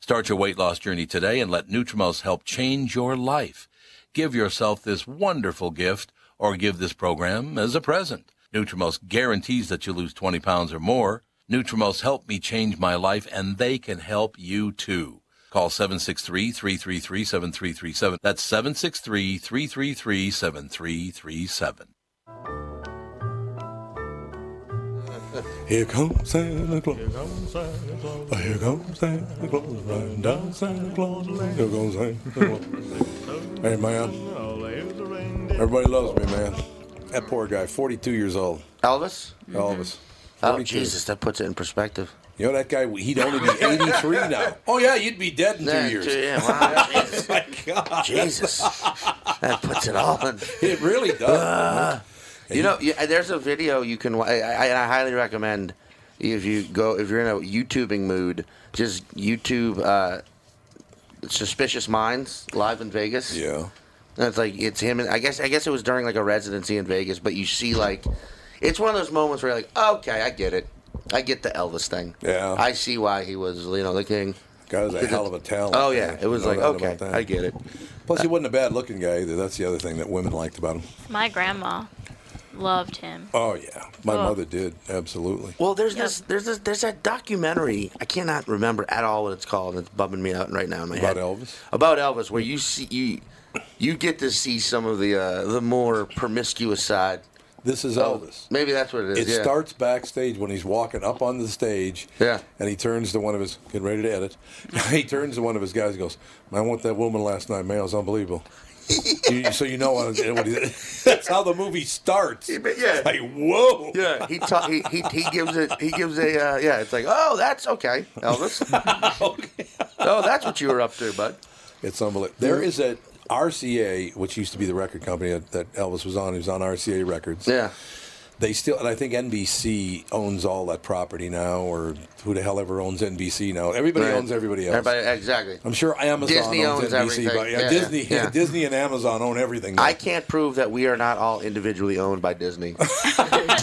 [SPEAKER 1] Start your weight loss journey today and let Nutrimos help change your life. Give yourself this wonderful gift or give this program as a present. Nutrimos guarantees that you lose 20 pounds or more. Nutrimos helped me change my life and they can help you too. Call 763-333-7337. That's 763-333-7337.
[SPEAKER 6] Here comes Santa Claus. Here
[SPEAKER 10] comes Santa Claus.
[SPEAKER 6] Here comes Santa Claus. Riding down Santa Claus Lane. Here comes Santa Claus. hey, man. Everybody loves me, man. That poor guy, 42 years old.
[SPEAKER 2] Elvis?
[SPEAKER 6] Elvis.
[SPEAKER 2] Oh Jesus, that puts it in perspective.
[SPEAKER 6] You know that guy? He'd only be 83 now. Oh yeah, you'd be dead in two
[SPEAKER 2] Yeah,
[SPEAKER 6] years.
[SPEAKER 2] two- yeah, wow,
[SPEAKER 6] Jesus. My God.
[SPEAKER 2] Jesus. That puts it all in.
[SPEAKER 6] It really does.
[SPEAKER 2] Uh, you know, yeah, there's a video you can. wa- I, I, and I highly recommend if you go if you're in a YouTubing mood, just YouTube uh, "Suspicious Minds" live in Vegas.
[SPEAKER 6] Yeah,
[SPEAKER 2] and it's like it's him. And I guess I guess it was during like a residency in Vegas, but you see like it's one of those moments where you're like, okay, I get it. I get the Elvis thing.
[SPEAKER 6] Yeah.
[SPEAKER 2] I see why he was, you know, the king.
[SPEAKER 6] God is a hell of a talent.
[SPEAKER 2] Oh yeah, it was
[SPEAKER 6] No
[SPEAKER 2] like
[SPEAKER 6] doubt
[SPEAKER 2] okay,
[SPEAKER 6] about that.
[SPEAKER 2] I get it. Uh,
[SPEAKER 6] Plus, he wasn't a bad-looking guy either. That's the other thing that women liked about him.
[SPEAKER 9] My grandma loved him.
[SPEAKER 6] Oh yeah, my
[SPEAKER 9] Oh.
[SPEAKER 6] mother did absolutely.
[SPEAKER 2] Well, there's this, there's this, there's that documentary. I cannot remember at all what it's called. and It's bumming me out right now in my
[SPEAKER 6] About
[SPEAKER 2] head.
[SPEAKER 6] Elvis?
[SPEAKER 2] About Elvis, where you see you, you get to see some of the uh, the more promiscuous side.
[SPEAKER 6] This is Elvis.
[SPEAKER 2] Maybe that's what it
[SPEAKER 6] It
[SPEAKER 2] is. yeah.
[SPEAKER 6] starts backstage when he's walking up on the stage. Yeah. And he turns to one of his getting ready to edit. he turns to one of his guys and goes, "Man, I want that woman last night, man. It was unbelievable." You- so you know what, what he, that's how the movie starts.
[SPEAKER 2] Yeah.
[SPEAKER 6] Like whoa.
[SPEAKER 2] Yeah. He, ta- he he he gives it. He gives a uh, yeah. It's like oh that's okay, Elvis. Oh, that's what you were up to, bud.
[SPEAKER 6] It's unbelievable. There is a RCA, which used to be the record company that, that Elvis was on. He was on RCA Records.
[SPEAKER 2] Yeah.
[SPEAKER 6] They still, and I think NBC owns all that property now, or who the hell ever owns NBC now? Everybody
[SPEAKER 2] Right.
[SPEAKER 6] owns everybody else.
[SPEAKER 2] Everybody exactly.
[SPEAKER 6] I'm sure Amazon
[SPEAKER 2] Disney
[SPEAKER 6] owns,
[SPEAKER 2] owns
[SPEAKER 6] NBC,
[SPEAKER 2] everything.
[SPEAKER 6] but yeah,
[SPEAKER 2] Yeah,
[SPEAKER 6] Disney,
[SPEAKER 2] yeah.
[SPEAKER 6] Disney and Amazon own everything. now.
[SPEAKER 2] I can't prove that we are not all individually owned by Disney. you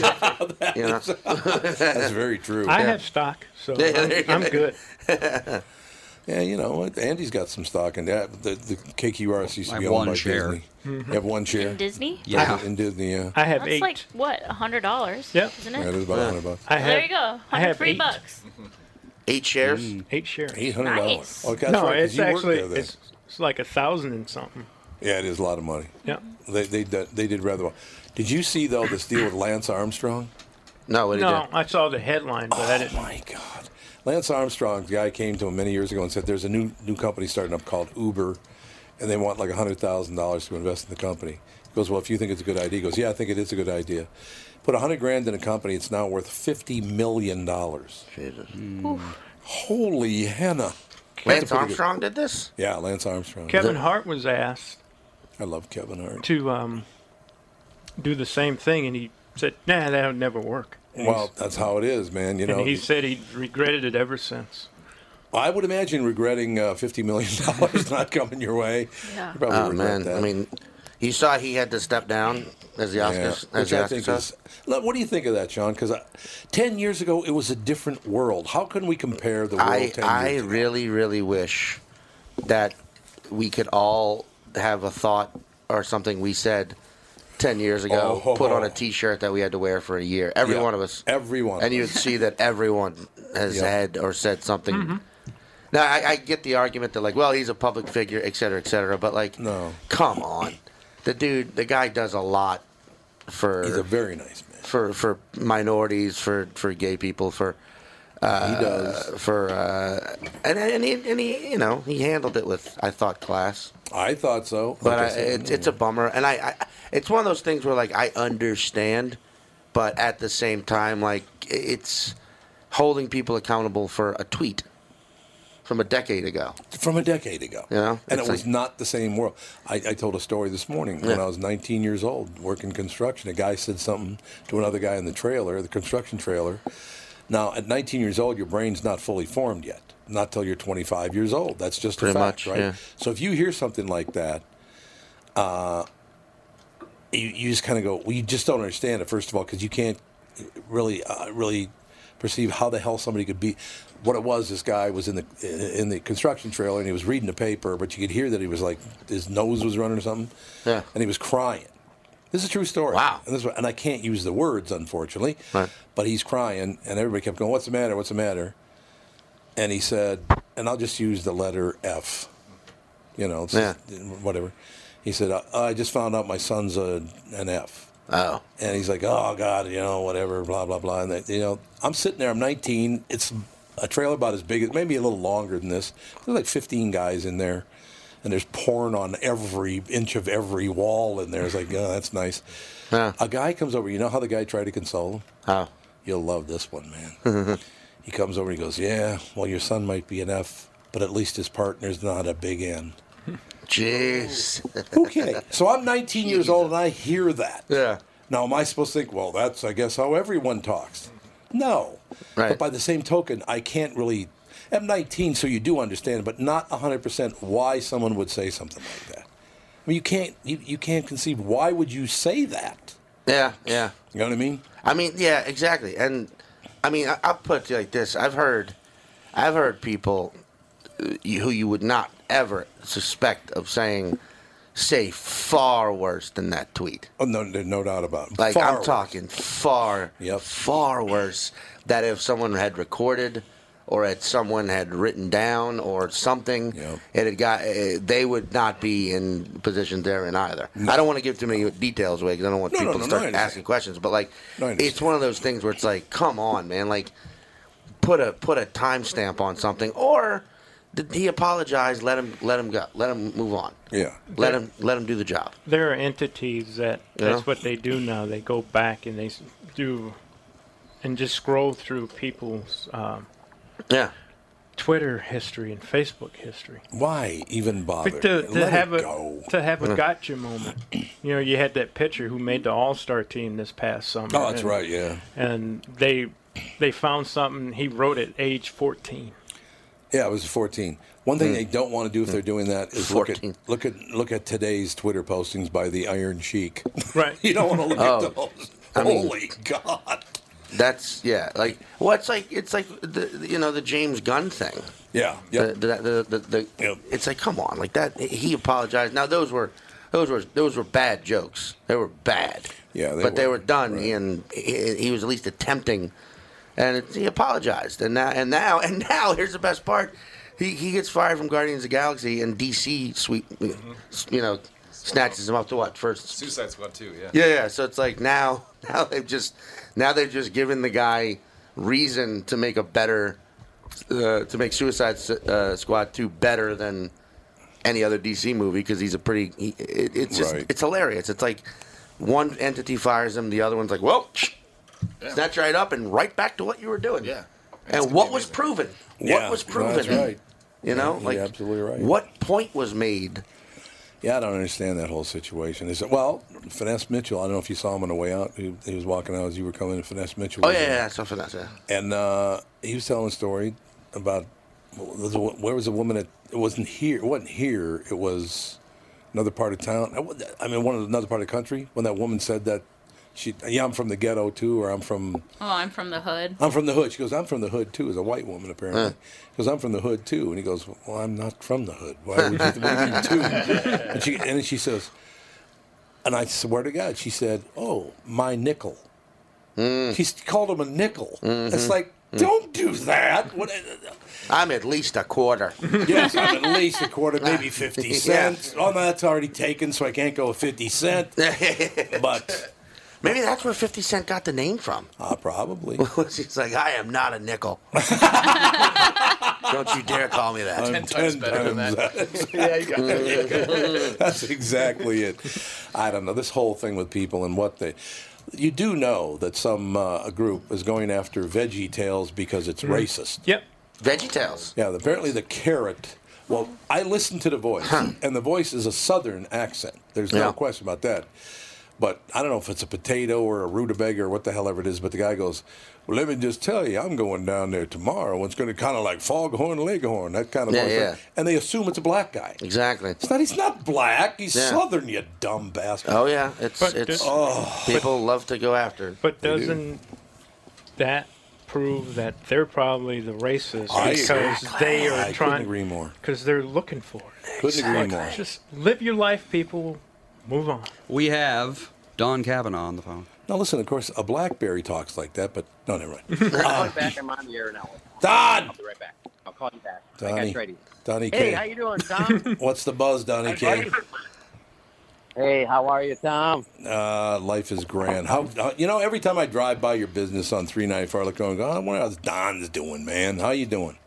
[SPEAKER 2] know?
[SPEAKER 6] That's very true.
[SPEAKER 3] I have stock, so
[SPEAKER 6] Yeah,
[SPEAKER 3] I'm,
[SPEAKER 6] there you
[SPEAKER 3] I'm
[SPEAKER 6] go.
[SPEAKER 3] good.
[SPEAKER 6] Yeah, you know, what? Andy's got some stock in that. The, the KQRS used
[SPEAKER 8] I
[SPEAKER 6] to be
[SPEAKER 8] have
[SPEAKER 6] owned
[SPEAKER 8] one
[SPEAKER 6] by
[SPEAKER 8] share.
[SPEAKER 6] Disney. You have one share
[SPEAKER 9] In Disney?
[SPEAKER 6] Yeah, in Disney. Yeah,
[SPEAKER 3] I have
[SPEAKER 9] That's like, what, $100?
[SPEAKER 3] Yep.
[SPEAKER 9] Isn't
[SPEAKER 6] Yeah,
[SPEAKER 9] it?
[SPEAKER 6] it is about
[SPEAKER 9] Yeah.
[SPEAKER 6] hundred bucks.
[SPEAKER 3] I
[SPEAKER 9] there
[SPEAKER 3] have-
[SPEAKER 9] you go.
[SPEAKER 3] I
[SPEAKER 9] 100
[SPEAKER 3] have
[SPEAKER 9] free
[SPEAKER 3] eight. Mm-hmm.
[SPEAKER 9] bucks.
[SPEAKER 2] Eight shares.
[SPEAKER 3] Eight shares.
[SPEAKER 6] Eight hundred dollars. Oh,
[SPEAKER 3] no, it's actually it's, it's like a thousand and something.
[SPEAKER 6] Yeah, it is a lot of money.
[SPEAKER 3] Yeah.
[SPEAKER 6] They they did- they did rather well. Did you see though this deal with Lance Armstrong?
[SPEAKER 2] No, what
[SPEAKER 3] no, I saw the headline, but I didn't.
[SPEAKER 6] Oh, my God. Lance Armstrong, the guy came to him many years ago and said, "There's a new new company starting up called Uber, and they want like hundred thousand dollars to invest in the company." He goes, "Well, if you think it's a good idea," he goes, "Yeah, I think it is a good idea." Put hundred grand in a company; it's now worth fifty million dollars. Holy henna! That's a pretty
[SPEAKER 2] Lance
[SPEAKER 6] good-
[SPEAKER 2] Armstrong did this.
[SPEAKER 6] Yeah, Lance Armstrong.
[SPEAKER 3] Kevin Hart was asked
[SPEAKER 6] I love Kevin Hart.
[SPEAKER 3] to um, do the same thing, and he said, "Nah, that would never work." And
[SPEAKER 6] Well,
[SPEAKER 3] he's-
[SPEAKER 6] that's how it is, man. You
[SPEAKER 3] and
[SPEAKER 6] know,
[SPEAKER 3] he said he regretted it ever since.
[SPEAKER 6] I would imagine regretting uh, fifty million dollars not coming your way.
[SPEAKER 3] Yeah.
[SPEAKER 6] You probably
[SPEAKER 2] oh
[SPEAKER 6] regret
[SPEAKER 2] man,
[SPEAKER 6] that.
[SPEAKER 2] I mean, you saw he had to step down as the Oscars.
[SPEAKER 6] Yeah,
[SPEAKER 2] As
[SPEAKER 6] which
[SPEAKER 2] the
[SPEAKER 6] I
[SPEAKER 2] Oscars
[SPEAKER 6] think
[SPEAKER 2] host.
[SPEAKER 6] is. Look, What do you think of that, Sean? Because ten years ago, it was a different world. How can we compare the world
[SPEAKER 2] I
[SPEAKER 6] ten
[SPEAKER 2] I
[SPEAKER 6] years? ago?
[SPEAKER 2] really really wish that we could all have a thought or something we said ten years ago.
[SPEAKER 6] Oh.
[SPEAKER 2] Put on a T-shirt that we had to wear for a year. Every
[SPEAKER 6] Yeah,
[SPEAKER 2] one of us.
[SPEAKER 6] Every one.
[SPEAKER 2] And you'd see that everyone has
[SPEAKER 6] Yeah.
[SPEAKER 2] had or said something. Now I, I get the argument that like, well, he's a public figure, et cetera, et cetera. But like, no, come on, the dude, the guy does a lot for. He's a
[SPEAKER 6] very nice man
[SPEAKER 2] for for minorities, for for gay people, for. Uh, he does for uh, and and he, and he you know he handled it with I thought class.
[SPEAKER 6] I thought so,
[SPEAKER 2] but
[SPEAKER 6] Like I
[SPEAKER 2] I,
[SPEAKER 6] said,
[SPEAKER 2] it's it's a bummer, and I, I it's one of those things where like I understand, but at the same time like it's holding people accountable for a tweet from a decade ago.
[SPEAKER 6] From a decade ago.
[SPEAKER 2] You know,
[SPEAKER 6] and it
[SPEAKER 2] It's
[SPEAKER 6] was
[SPEAKER 2] like-
[SPEAKER 6] not the same world. I, I told a story this morning when
[SPEAKER 2] Yeah.
[SPEAKER 6] I was 19 years old working construction. A guy said something to another guy in the trailer, the construction trailer. Now, at 19 years old, your brain's not fully formed yet. Not till you're 25 years old. That's just
[SPEAKER 2] Pretty
[SPEAKER 6] a
[SPEAKER 2] much,
[SPEAKER 6] fact, right?
[SPEAKER 2] yeah.
[SPEAKER 6] So if you hear something like that, uh, you, you just kind of go, well, you just don't understand it, first of all, because you can't really, uh, really perceive how the hell somebody could be. What it was, this guy was in the in the construction trailer and he was reading the paper, but you could hear that he was like his nose was running or something,
[SPEAKER 2] Yeah.
[SPEAKER 6] and he was crying. This is a true story. Wow. And, this, is what- and I can't use the words, unfortunately, but he's crying, and everybody kept going, "What's the matter? What's the matter?" And he said, and I'll just use the letter F, you know, it's
[SPEAKER 2] Yeah.
[SPEAKER 6] whatever. He said, I, I just found out my son's a, an F.
[SPEAKER 2] Oh.
[SPEAKER 6] And he's like, oh, God, you know, whatever, blah, blah, blah. And, that, you know, I'm sitting there, I'm 19. It's a trailer about as big as, maybe a little longer than this. There's like 15 guys in there, and there's porn on every inch of every wall in there. It's like, oh, that's nice. A guy comes over. You know how the guy tried to console him?
[SPEAKER 2] How?
[SPEAKER 6] You'll love this one, man. he comes over and he goes, yeah, well, your son might be an F, but at least his partner's not a big N.
[SPEAKER 2] Jeez.
[SPEAKER 6] okay. So I'm 19 years old and I hear that.
[SPEAKER 2] Yeah.
[SPEAKER 6] Now, am I supposed to think, well, that's, I guess, how everyone talks? No.
[SPEAKER 2] Right.
[SPEAKER 6] But by the same token, I can't really. I'm 19, so you do understand, but not 100% why someone would say something like that. I mean, you can't, you, you can't conceive why would you say that?
[SPEAKER 2] Yeah, yeah.
[SPEAKER 6] You know what I mean?
[SPEAKER 2] I mean, yeah, exactly. And I mean, I, I'll put it like this: I've heard, I've heard people uh, you- who you would not ever suspect of saying say far worse than that tweet.
[SPEAKER 6] Oh no, there's no doubt about it.
[SPEAKER 2] Like
[SPEAKER 6] Far
[SPEAKER 2] I'm
[SPEAKER 6] worse.
[SPEAKER 2] talking far, far worse. That if someone had recorded. Or if someone had written down or something, it had got uh, they would not be in position they're in either. I don't want to give too many details away because I don't want
[SPEAKER 6] No, no,
[SPEAKER 2] people to
[SPEAKER 6] no, no, I
[SPEAKER 2] start
[SPEAKER 6] understand.
[SPEAKER 2] asking questions. But like, it's one of those things where it's like, come on, man, like put a put a timestamp on something, or did he apologize? Let him let him go, let him move on.
[SPEAKER 6] Yeah.
[SPEAKER 2] Let him let him do the job.
[SPEAKER 3] There are entities that
[SPEAKER 2] Yeah.
[SPEAKER 3] that's what they do now. They go back and they s- do, and just scroll through people's um,
[SPEAKER 2] yeah
[SPEAKER 3] Twitter history and Facebook history.
[SPEAKER 6] Why even bother?
[SPEAKER 3] But to, to
[SPEAKER 6] Let
[SPEAKER 3] have
[SPEAKER 6] it
[SPEAKER 3] a
[SPEAKER 6] go.
[SPEAKER 3] to have a
[SPEAKER 6] Yeah.
[SPEAKER 3] gotcha moment, you know, you had that pitcher who made the All Star team this past summer.
[SPEAKER 6] Oh, that's right, yeah.
[SPEAKER 3] And they they found something he wrote at age fourteen.
[SPEAKER 6] Yeah, it was 14. One
[SPEAKER 2] Hmm.
[SPEAKER 6] thing
[SPEAKER 3] Mm.
[SPEAKER 6] they don't want to do if they're doing that is look at, look at look at today's Twitter postings by the Iron Sheik.
[SPEAKER 3] Right.
[SPEAKER 6] you don't want to look
[SPEAKER 2] Oh.
[SPEAKER 6] at those.
[SPEAKER 2] I mean-
[SPEAKER 6] Holy God!
[SPEAKER 2] That's yeah. Like well, it's like it's like the the- you know the James Gunn thing.
[SPEAKER 6] Yeah.
[SPEAKER 2] The, the, the, the, the, It's like come on, like that. He apologized. Now those were those were those were bad jokes. They were bad.
[SPEAKER 6] Yeah.
[SPEAKER 2] but they were done, and he, he was at least attempting and it, he apologized. And now, and now, and now, here's the best part: he, he gets fired from Guardians of the Galaxy, and DC sweep, you know, snatches him up to what first?
[SPEAKER 10] Suicide Squad too. Yeah.
[SPEAKER 2] Yeah, yeah. So it's like now, now they've just, now they've just given the guy reason to make a better, uh, to make Suicide S- uh, Squad two better than any other DC movie because he's a pretty. He, it, it's just,
[SPEAKER 6] Right.
[SPEAKER 2] it's hilarious. It's like one entity fires him, the other one's like, well, snatch right up and right back to what you were doing. Yeah. And what was proven?
[SPEAKER 6] Yeah,
[SPEAKER 2] What was
[SPEAKER 6] no,
[SPEAKER 2] proven?
[SPEAKER 6] that's right.
[SPEAKER 2] You know,
[SPEAKER 6] You're
[SPEAKER 2] like
[SPEAKER 6] absolutely right.
[SPEAKER 2] What point was made?
[SPEAKER 6] Yeah, I don't understand that whole situation. Is it, well, Finesse Mitchell. I don't know if you saw him on the way out. He, he was walking out as you were coming. and Finesse Mitchell.
[SPEAKER 2] Oh
[SPEAKER 6] was
[SPEAKER 2] yeah,
[SPEAKER 6] in.
[SPEAKER 2] yeah, yeah, something like that.
[SPEAKER 6] And uh, he was telling a story about well, there's a wo- where was a woman that it wasn't here. It wasn't here. It was another part of town. I wa- I mean, one of another part of the country. When that woman said that she, yeah, I'm from the ghetto too, or I'm from
[SPEAKER 5] Oh, I'm from the hood.
[SPEAKER 6] I'm from the hood. She goes, I'm from the hood too. Is a white woman apparently. She goes, I'm from the hood too. And he goes, Well, I'm not from the hood. Why would you believe you too? And she and then she says, and I swear to God, she said, Oh, my nickel. She s- called him a nickel.
[SPEAKER 2] Mm-hmm.
[SPEAKER 6] It's like,
[SPEAKER 2] Mm.
[SPEAKER 6] don't do that. What,
[SPEAKER 2] I'm at least a quarter.
[SPEAKER 6] yes, I'm at least a quarter, maybe fifty
[SPEAKER 2] Yeah.
[SPEAKER 6] cents. Oh, no, that's already taken, so I can't go with fifty cent. but
[SPEAKER 2] Maybe that's where Fifty Cent got the name from.
[SPEAKER 6] Uh, probably.
[SPEAKER 2] She's like, I am not a nickel. Don't you dare call me that.
[SPEAKER 6] I'm
[SPEAKER 2] Ten
[SPEAKER 6] times
[SPEAKER 2] better than
[SPEAKER 6] that.
[SPEAKER 10] yeah, you got it.
[SPEAKER 6] That's exactly it. I don't know this whole thing with people and what they. You do know that some uh, a group is going after Veggie Tales because it's
[SPEAKER 2] Mm.
[SPEAKER 6] racist.
[SPEAKER 3] Yep.
[SPEAKER 2] Veggie Tales.
[SPEAKER 6] Yeah, apparently the carrot. Well, I listened to the voice, and the voice is a Southern accent. There's no
[SPEAKER 2] Yeah.
[SPEAKER 6] question about that. But I don't know if it's a potato or a rutabaga or what the hell ever it is. But the guy goes, "Well, let me just tell you, I'm going down there tomorrow. It's going to kind of like Foghorn Leghorn, that kind of
[SPEAKER 2] Yeah,
[SPEAKER 6] voice."
[SPEAKER 2] yeah.
[SPEAKER 6] And they assume it's a black guy.
[SPEAKER 2] Exactly. It's
[SPEAKER 6] not, he's not black. He's
[SPEAKER 2] Yeah.
[SPEAKER 6] Southern, you dumb bastard.
[SPEAKER 2] Oh yeah, it's
[SPEAKER 6] But
[SPEAKER 2] it's
[SPEAKER 6] does- Oh.
[SPEAKER 2] people love to go after. it.
[SPEAKER 3] But
[SPEAKER 2] They do.
[SPEAKER 3] doesn't that prove that they're probably the racists
[SPEAKER 6] I agree.
[SPEAKER 3] because they
[SPEAKER 6] I
[SPEAKER 3] are
[SPEAKER 6] couldn't
[SPEAKER 3] trying
[SPEAKER 6] agree more.
[SPEAKER 3] because they're looking for it.
[SPEAKER 8] Couldn't agree more.
[SPEAKER 3] Just live your life, people. Move on.
[SPEAKER 8] We have Don Kavanaugh on the phone.
[SPEAKER 6] Now listen, of course, a blackberry talks like that, but no, never mind.
[SPEAKER 11] I'll
[SPEAKER 6] Uh,
[SPEAKER 11] be back. I'm on the air now.
[SPEAKER 6] Don!
[SPEAKER 11] I'll be right back. I'll call you back. I
[SPEAKER 6] Donnie,
[SPEAKER 11] got ready.
[SPEAKER 6] Donnie K.
[SPEAKER 11] Hey, how you doing, Tom?
[SPEAKER 6] What's the buzz, Donnie K?
[SPEAKER 11] hey, how are you, Tom?
[SPEAKER 6] Uh, life is grand. How, how you know? Every time I drive by your business on three ninety four, I look over and go, "Oh, "I wonder how's Don's doing, man. How you doing?"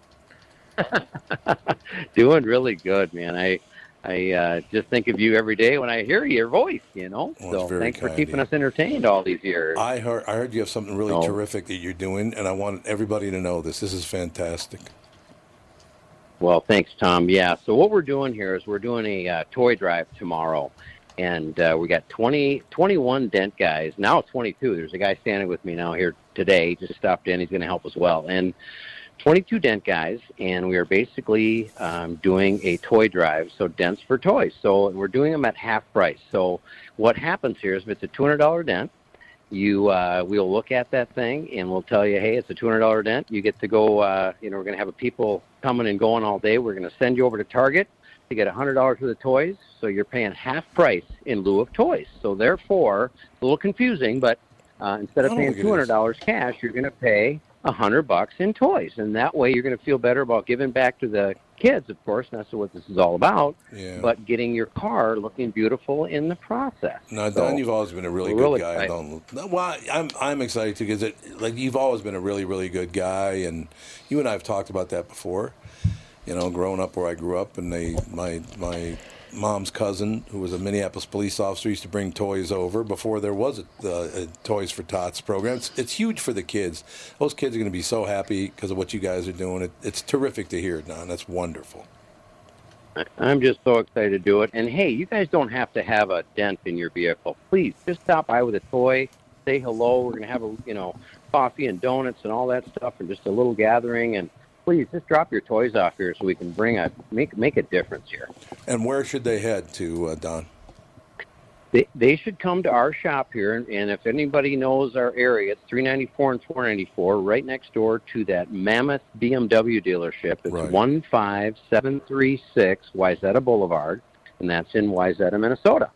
[SPEAKER 11] Doing really good, man. I I uh, just think of you every day when I hear your voice. You know,
[SPEAKER 6] that's
[SPEAKER 11] so
[SPEAKER 6] very
[SPEAKER 11] thanks for
[SPEAKER 6] kind of
[SPEAKER 11] keeping
[SPEAKER 6] you.
[SPEAKER 11] us entertained all these years.
[SPEAKER 6] I heard I heard you have something really
[SPEAKER 11] No.
[SPEAKER 6] terrific that you're doing, and I want everybody to know this. This is fantastic.
[SPEAKER 11] Well, thanks, Tom. Yeah. So what we're doing here is we're doing a uh, toy drive tomorrow, and uh, we got 20, 21 dent guys. Now 22. There's a guy standing with me now here today. He just stopped in. He's going to help as well. And 22 dent guys, and we are basically um, doing a toy drive. So dents for toys. So we're doing them at half price. So what happens here is if it's a $200 dent, you uh, we'll look at that thing and we'll tell you, hey, it's a two hundred dollar dent. You get to go. Uh, you know, we're going to have people coming and going all day. We're going to send you over to Target to get a hundred dollars worth of toys. So you're paying half price in lieu of toys. So therefore, it's a little confusing, but uh, instead of
[SPEAKER 12] I don't
[SPEAKER 11] paying
[SPEAKER 12] think it
[SPEAKER 11] two hundred dollars cash, you're going to pay a hundred bucks in toys, and that way you're going to feel better about giving back to the kids. Of course, and that's what this is all about.
[SPEAKER 6] Yeah.
[SPEAKER 11] But getting your car looking beautiful in the process.
[SPEAKER 6] No,
[SPEAKER 11] So-
[SPEAKER 6] Don, you've always been a really
[SPEAKER 11] We're
[SPEAKER 6] good
[SPEAKER 11] really
[SPEAKER 6] guy.
[SPEAKER 11] excited.
[SPEAKER 6] Don. No, Well, I- I'm I'm excited too because it like you've always been a really really good guy, and you and I have talked about that before. You know, growing up where I grew up, and they my my mom's cousin, who was a Minneapolis police officer, used to bring toys over before there was a, a, a Toys for Tots program. It's, it's huge for the kids. Those kids are going to be so happy because of what you guys are doing. It, it's terrific to hear, Don. That's wonderful.
[SPEAKER 11] I'm just so excited to do it. And hey, you guys don't have to have a dent in your vehicle. Please just stop by with a toy, say hello. We're gonna have a you know coffee and donuts and all that stuff, and just a little gathering. And please just drop your toys off here so we can bring a make make a difference here.
[SPEAKER 6] And where should they head to, uh, Don?
[SPEAKER 11] They, they should come to our shop here, and, and if anybody knows our area, it's 394 and 494, right next door to that mammoth BMW dealership. It's 15736 Wyzetta Boulevard, and that's in Wyzetta, Minnesota.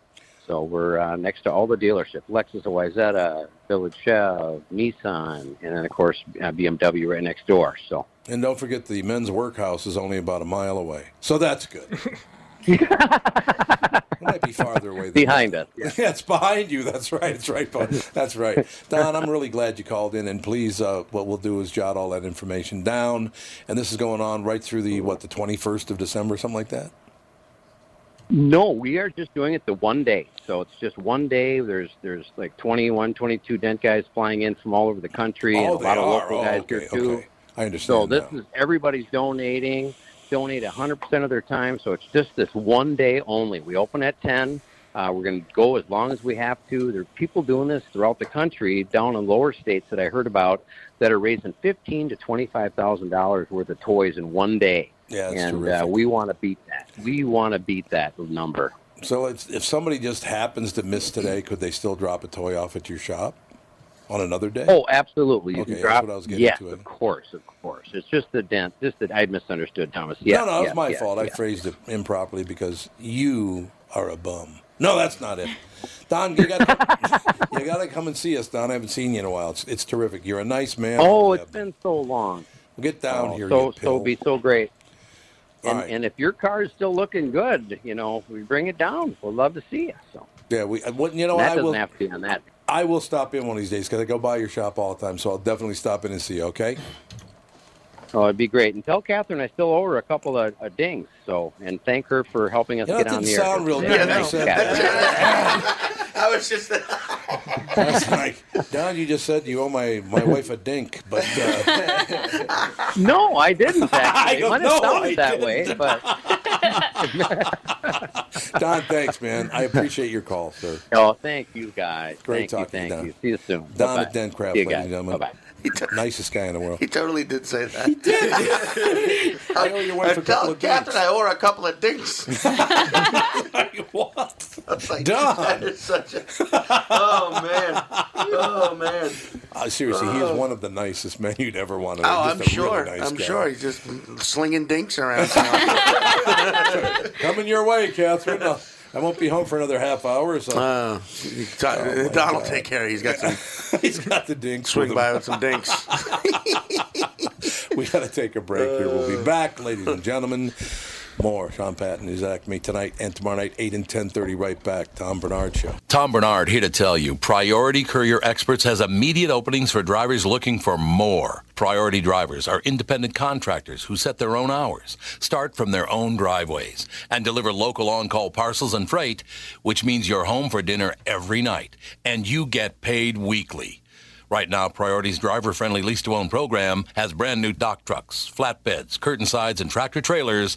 [SPEAKER 11] So we're uh, next to all the dealerships Lexus of Wayzata, Village Chev, Nissan, and then, of course, uh, BMW right next door. So
[SPEAKER 6] And don't forget the men's workhouse is only about a mile away. So that's good. it might be farther away than
[SPEAKER 11] Behind us,
[SPEAKER 6] Yeah. it's behind you. That's right. It's right. Bud. That's right. Don, I'm really glad you called in. And please, uh, what we'll do is jot all that information down. And this is going on right through the, what, the 21st of December, something like that?
[SPEAKER 11] No, we are just doing it the one day. So it's just one day. There's there's like 21, 22 dent guys flying in from all over the country, and
[SPEAKER 6] Oh,
[SPEAKER 11] a
[SPEAKER 6] they
[SPEAKER 11] lot of
[SPEAKER 6] are.
[SPEAKER 11] local
[SPEAKER 6] Oh,
[SPEAKER 11] guys
[SPEAKER 6] okay,
[SPEAKER 11] here too.
[SPEAKER 6] okay. I
[SPEAKER 11] So
[SPEAKER 6] understand.
[SPEAKER 11] this is everybody's donating. Donate 100% of their time. So it's just this one day only. We open at 10. Uh, we're going to go as long as we have to. There are people doing this throughout the country, down in lower states that I heard about, that are raising fifteen to twenty-five thousand dollars worth of toys in one day.
[SPEAKER 6] Yeah, that's
[SPEAKER 11] and
[SPEAKER 6] terrific.
[SPEAKER 11] Uh, we want to beat that. We want to beat that number.
[SPEAKER 6] So it's, if somebody just happens to miss today, could they still drop a toy off at your shop on another day?
[SPEAKER 11] Oh, absolutely. You
[SPEAKER 6] Okay, that's
[SPEAKER 11] can drop.
[SPEAKER 6] what I was getting
[SPEAKER 11] yes,
[SPEAKER 6] to.
[SPEAKER 11] of course, of course. It's just the dent. Just that I misunderstood, Thomas. Yeah,
[SPEAKER 6] no, no,
[SPEAKER 11] yeah,
[SPEAKER 6] it's my
[SPEAKER 11] yeah,
[SPEAKER 6] fault. I
[SPEAKER 11] yeah.
[SPEAKER 6] phrased it improperly because you are a bum. No, that's not it. Don, you got you got to come and see us, Don. I haven't seen you in a while. It's, it's terrific. You're a nice man.
[SPEAKER 11] Oh, it's been so long.
[SPEAKER 6] Get down
[SPEAKER 11] Oh,
[SPEAKER 6] here,
[SPEAKER 11] So,
[SPEAKER 6] you
[SPEAKER 11] so
[SPEAKER 6] pill.
[SPEAKER 11] be so great. And,
[SPEAKER 6] All right.
[SPEAKER 11] and if your car is still looking good, you know, we bring it down. We'll love to see you. So
[SPEAKER 6] yeah, we. What, you know,
[SPEAKER 11] that
[SPEAKER 6] I
[SPEAKER 11] doesn't
[SPEAKER 6] will.
[SPEAKER 11] have to be on that.
[SPEAKER 6] I will stop in one of these days because I go by your shop all the time. So I'll definitely stop in and see you. Okay.
[SPEAKER 11] Oh, it'd be great. And tell Catherine I still owe her a couple of uh, dings. So and thank her for helping us
[SPEAKER 6] You know,
[SPEAKER 11] get
[SPEAKER 6] that
[SPEAKER 11] on the
[SPEAKER 6] didn't
[SPEAKER 11] air.
[SPEAKER 6] sound real good when you said
[SPEAKER 2] I was just.
[SPEAKER 6] I was like, Don, you just said you owe my, my wife a dink, but uh,
[SPEAKER 11] No, I didn't. Actually.
[SPEAKER 6] I don't
[SPEAKER 11] it might
[SPEAKER 6] know,
[SPEAKER 11] have sounded
[SPEAKER 6] I
[SPEAKER 11] that way,
[SPEAKER 6] didn't.
[SPEAKER 11] but
[SPEAKER 6] Don, thanks, man. I appreciate your call, sir.
[SPEAKER 11] oh, thank you guys.
[SPEAKER 6] Great
[SPEAKER 11] thank
[SPEAKER 6] talking
[SPEAKER 11] you,
[SPEAKER 6] to
[SPEAKER 11] thank
[SPEAKER 6] you,
[SPEAKER 11] you. See you soon.
[SPEAKER 6] Don
[SPEAKER 11] Bye-bye.
[SPEAKER 6] at Dencraft,
[SPEAKER 11] See you
[SPEAKER 6] ladies and
[SPEAKER 11] guys.
[SPEAKER 6] gentlemen. Nicest guy in the world.
[SPEAKER 2] He totally did say that. He did. I,
[SPEAKER 6] know you
[SPEAKER 2] I tell Catherine I owe her a couple of dinks.
[SPEAKER 6] what?
[SPEAKER 2] That's like,
[SPEAKER 6] Done.
[SPEAKER 2] That is such a. Oh man. Oh man.
[SPEAKER 6] Uh, seriously, he is
[SPEAKER 2] Oh.
[SPEAKER 6] one of the nicest men you'd ever want to.
[SPEAKER 2] Oh, I'm
[SPEAKER 6] just a
[SPEAKER 2] sure.
[SPEAKER 6] Really nice
[SPEAKER 2] I'm
[SPEAKER 6] guy.
[SPEAKER 2] sure he's just slinging dinks around.
[SPEAKER 6] Coming your way, Catherine. Uh, I won't be home for another half hour. So
[SPEAKER 11] Uh.
[SPEAKER 6] uh,
[SPEAKER 2] Don Don will Uh, take care. He's got some.
[SPEAKER 6] he's got the dinks.
[SPEAKER 2] Swing
[SPEAKER 6] with him.
[SPEAKER 2] by with some dinks.
[SPEAKER 6] we got to take a break here. We'll
[SPEAKER 11] Uh.
[SPEAKER 6] be back, ladies and gentlemen. More Sean Patton is at me tonight and tomorrow night, eight and ten thirty. Right back, Tom Bernard show.
[SPEAKER 12] Tom Bernard here to tell you Priority Courier Experts has immediate openings for drivers looking for more. Priority drivers are independent contractors who set their own hours, start from their own driveways, and deliver local on call parcels and freight, which means you're home for dinner every night and you get paid weekly. Right now, Priority's driver friendly lease to own program has brand new dock trucks, flatbeds, curtain sides, and tractor trailers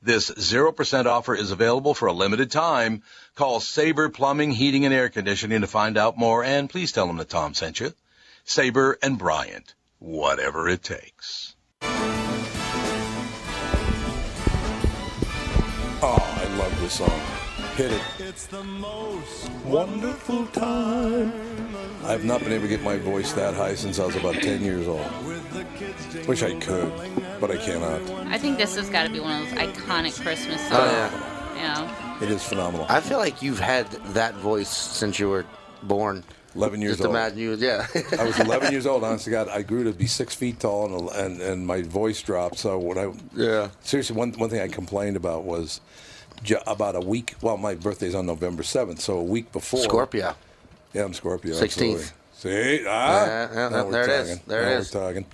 [SPEAKER 12] This 0% offer is available for a limited time. Call Sabre Plumbing, Heating, and Air Conditioning to find out more, and please tell them that Tom sent you. Sabre and Bryant, whatever it takes.
[SPEAKER 6] Ah, Oh, I love this song. Hit it.
[SPEAKER 13] It's the most
[SPEAKER 6] wonderful time. I've not been able to get my voice that high since I was about 10 years old. Wish I could, but I cannot.
[SPEAKER 5] I think this has got to be one of those iconic Christmas songs.
[SPEAKER 2] Oh, yeah.
[SPEAKER 5] yeah.
[SPEAKER 6] It is phenomenal.
[SPEAKER 2] I feel like you've had that voice since you were born.
[SPEAKER 6] 11 years
[SPEAKER 2] Just
[SPEAKER 6] old.
[SPEAKER 2] imagine you, yeah.
[SPEAKER 6] I was 11 years old. Honestly, God, I grew to be six feet tall, and and, and my voice dropped. So when I yeah seriously, one one thing I complained about was ju- about a week. Well, my birthday's on November 7th, so a week before
[SPEAKER 2] Scorpio.
[SPEAKER 6] Yeah, I'm Scorpio.
[SPEAKER 2] 16th.
[SPEAKER 6] absolutely. See, ah,
[SPEAKER 2] Yeah, yeah,
[SPEAKER 6] now
[SPEAKER 2] yeah,
[SPEAKER 6] we're
[SPEAKER 2] there it is.
[SPEAKER 6] talking.
[SPEAKER 2] There it
[SPEAKER 6] Now
[SPEAKER 2] is.
[SPEAKER 6] We're talking.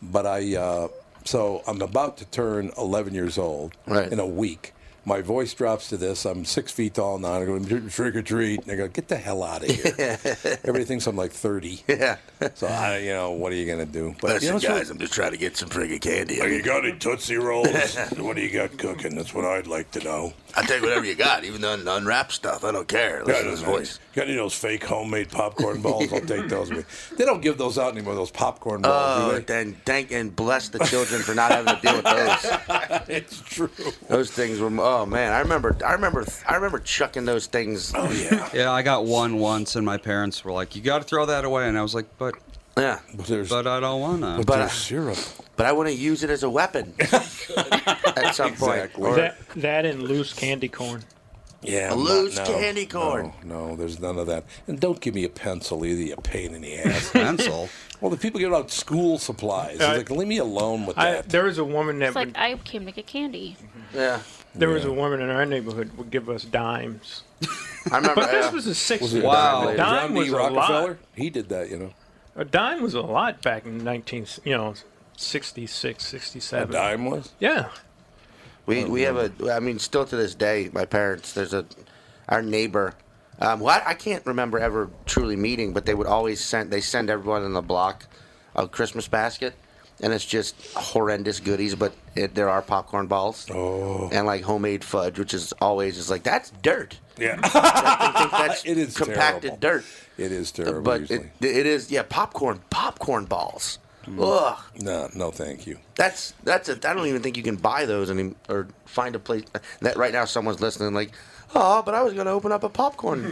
[SPEAKER 6] But I, uh, so I'm about to turn 11 years old in a week. My voice drops to this. I'm six feet tall now. I go trick or treat, and I go get the hell out of here. Everything thinks I'm like 30. Yeah. So I, you know, what are you gonna do?
[SPEAKER 2] Listen,
[SPEAKER 6] you know, it's
[SPEAKER 2] guys, I'm just trying to get some friggin' candy.
[SPEAKER 6] Oh, you got any Tootsie Rolls? what do you got cooking? That's what I'd like to know.
[SPEAKER 2] I'll take whatever you got, even the un- unwrapped stuff. I don't care. Listen to his voice.
[SPEAKER 6] Got any of those fake homemade popcorn balls? I'll take those. with- They don't give those out anymore. Those popcorn balls. do
[SPEAKER 2] Oh,
[SPEAKER 6] they?
[SPEAKER 2] then thank and bless the children for not having to deal with those.
[SPEAKER 6] it's true.
[SPEAKER 2] Those things were. Oh man, I remember. I remember. I remember chucking those things. Oh
[SPEAKER 6] yeah.
[SPEAKER 8] Yeah, I got one once, and my parents were like, "You got to throw that away," and I was like, "But
[SPEAKER 2] yeah,
[SPEAKER 6] but,
[SPEAKER 8] I don't wanna."
[SPEAKER 2] But But there's I-
[SPEAKER 6] syrup.
[SPEAKER 2] But I want to use it as a weapon at some point. Or-
[SPEAKER 3] that, that and loose candy corn.
[SPEAKER 6] Yeah, I'm not-
[SPEAKER 3] loose
[SPEAKER 6] no,
[SPEAKER 3] candy corn.
[SPEAKER 6] No, no, there's none of that. And don't give me a pencil either. You pain in the ass.
[SPEAKER 8] pencil.
[SPEAKER 6] Well, the people give out school supplies. It's
[SPEAKER 3] I-
[SPEAKER 6] like, leave me alone with
[SPEAKER 3] I,
[SPEAKER 6] that.
[SPEAKER 3] there was a woman that
[SPEAKER 9] It's
[SPEAKER 3] would
[SPEAKER 9] like I came to get candy.
[SPEAKER 6] Mm-hmm.
[SPEAKER 2] Yeah.
[SPEAKER 3] There was a woman in our neighborhood would give us dimes.
[SPEAKER 2] I
[SPEAKER 3] But this was the
[SPEAKER 6] Was
[SPEAKER 3] 60s.
[SPEAKER 6] it John
[SPEAKER 3] A dime
[SPEAKER 6] D.
[SPEAKER 3] was a lot.
[SPEAKER 6] Rockefeller? He did that, you know.
[SPEAKER 3] A dime was a lot back in 19, you know, 66, 67.
[SPEAKER 2] A dime was?
[SPEAKER 3] Yeah.
[SPEAKER 2] We we have a. I mean, still to this day, my parents. There's a, our neighbor. Um, well, I, I can't remember ever truly meeting, but they would always send. They send everyone in the block a Christmas basket, and it's just horrendous goodies. But it, there are popcorn balls and like homemade fudge, which is always just like that's dirt.
[SPEAKER 6] Yeah.
[SPEAKER 2] that's
[SPEAKER 6] it is
[SPEAKER 2] compacted dirt.
[SPEAKER 6] It is terrible.
[SPEAKER 2] But
[SPEAKER 6] usually.
[SPEAKER 2] it, it is yeah popcorn popcorn balls. Ugh.
[SPEAKER 6] Mm. No, no, thank you.
[SPEAKER 2] That's that's a, I don't even think you can buy those any or find a place that right now someone's listening like, oh, but I was going to open up a popcorn.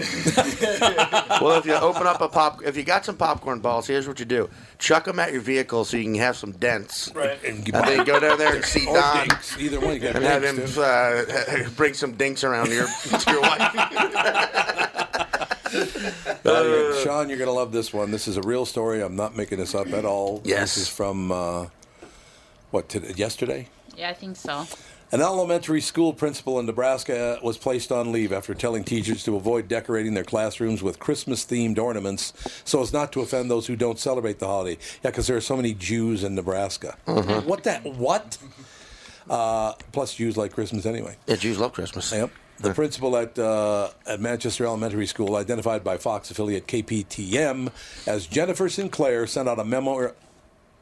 [SPEAKER 2] well, if you open up a pop, if you got some popcorn balls, here's what you do: chuck them at your vehicle so you can have some dents.
[SPEAKER 6] Right.
[SPEAKER 2] And, then go down there and see
[SPEAKER 6] Or
[SPEAKER 2] Don
[SPEAKER 6] dinks, either one, you got
[SPEAKER 2] and have him
[SPEAKER 6] dinks,
[SPEAKER 2] uh, bring some dinks around to your to your wife.
[SPEAKER 6] Now you're gonna- Sean, you're going to love this one. This is a real story. I'm not making this up at all. Yes. This is from, uh, what, today, yesterday?
[SPEAKER 5] Yeah, I think so.
[SPEAKER 6] An elementary school principal in Nebraska was placed on leave after telling teachers to avoid decorating their classrooms with Christmas themed ornaments so as not to offend those who don't celebrate the holiday. Yeah, because there are so many Jews in Nebraska.
[SPEAKER 2] Mhm.
[SPEAKER 6] What that? What? Uh, plus, Jews like Christmas anyway.
[SPEAKER 2] Yeah, Jews love Christmas. Mm.
[SPEAKER 6] Yep. The principal at, uh, at Manchester Elementary School, identified by Fox affiliate KPTM as Jennifer Sinclair, sent out a memo. You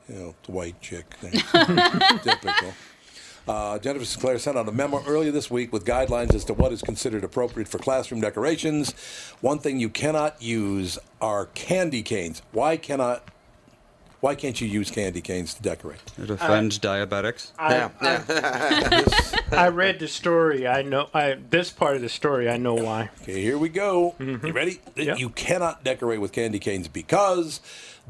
[SPEAKER 6] know, the white chick. Thing. Typical. Uh, Jennifer Sinclair sent out a memo earlier this week with guidelines as to what is considered appropriate for classroom decorations. One thing you cannot use are candy canes. Why cannot? Why can't you use candy canes to decorate?
[SPEAKER 8] It offends diabetics.
[SPEAKER 3] I- I read the story. I know I this part of the story. I know why.
[SPEAKER 6] Okay, here we go. You ready? You cannot decorate with candy canes because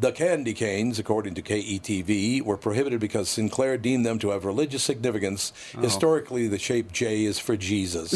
[SPEAKER 6] the candy canes, according to KETV, were prohibited because Sinclair deemed them to have religious significance.
[SPEAKER 8] Oh.
[SPEAKER 6] Historically, the shape J is for Jesus.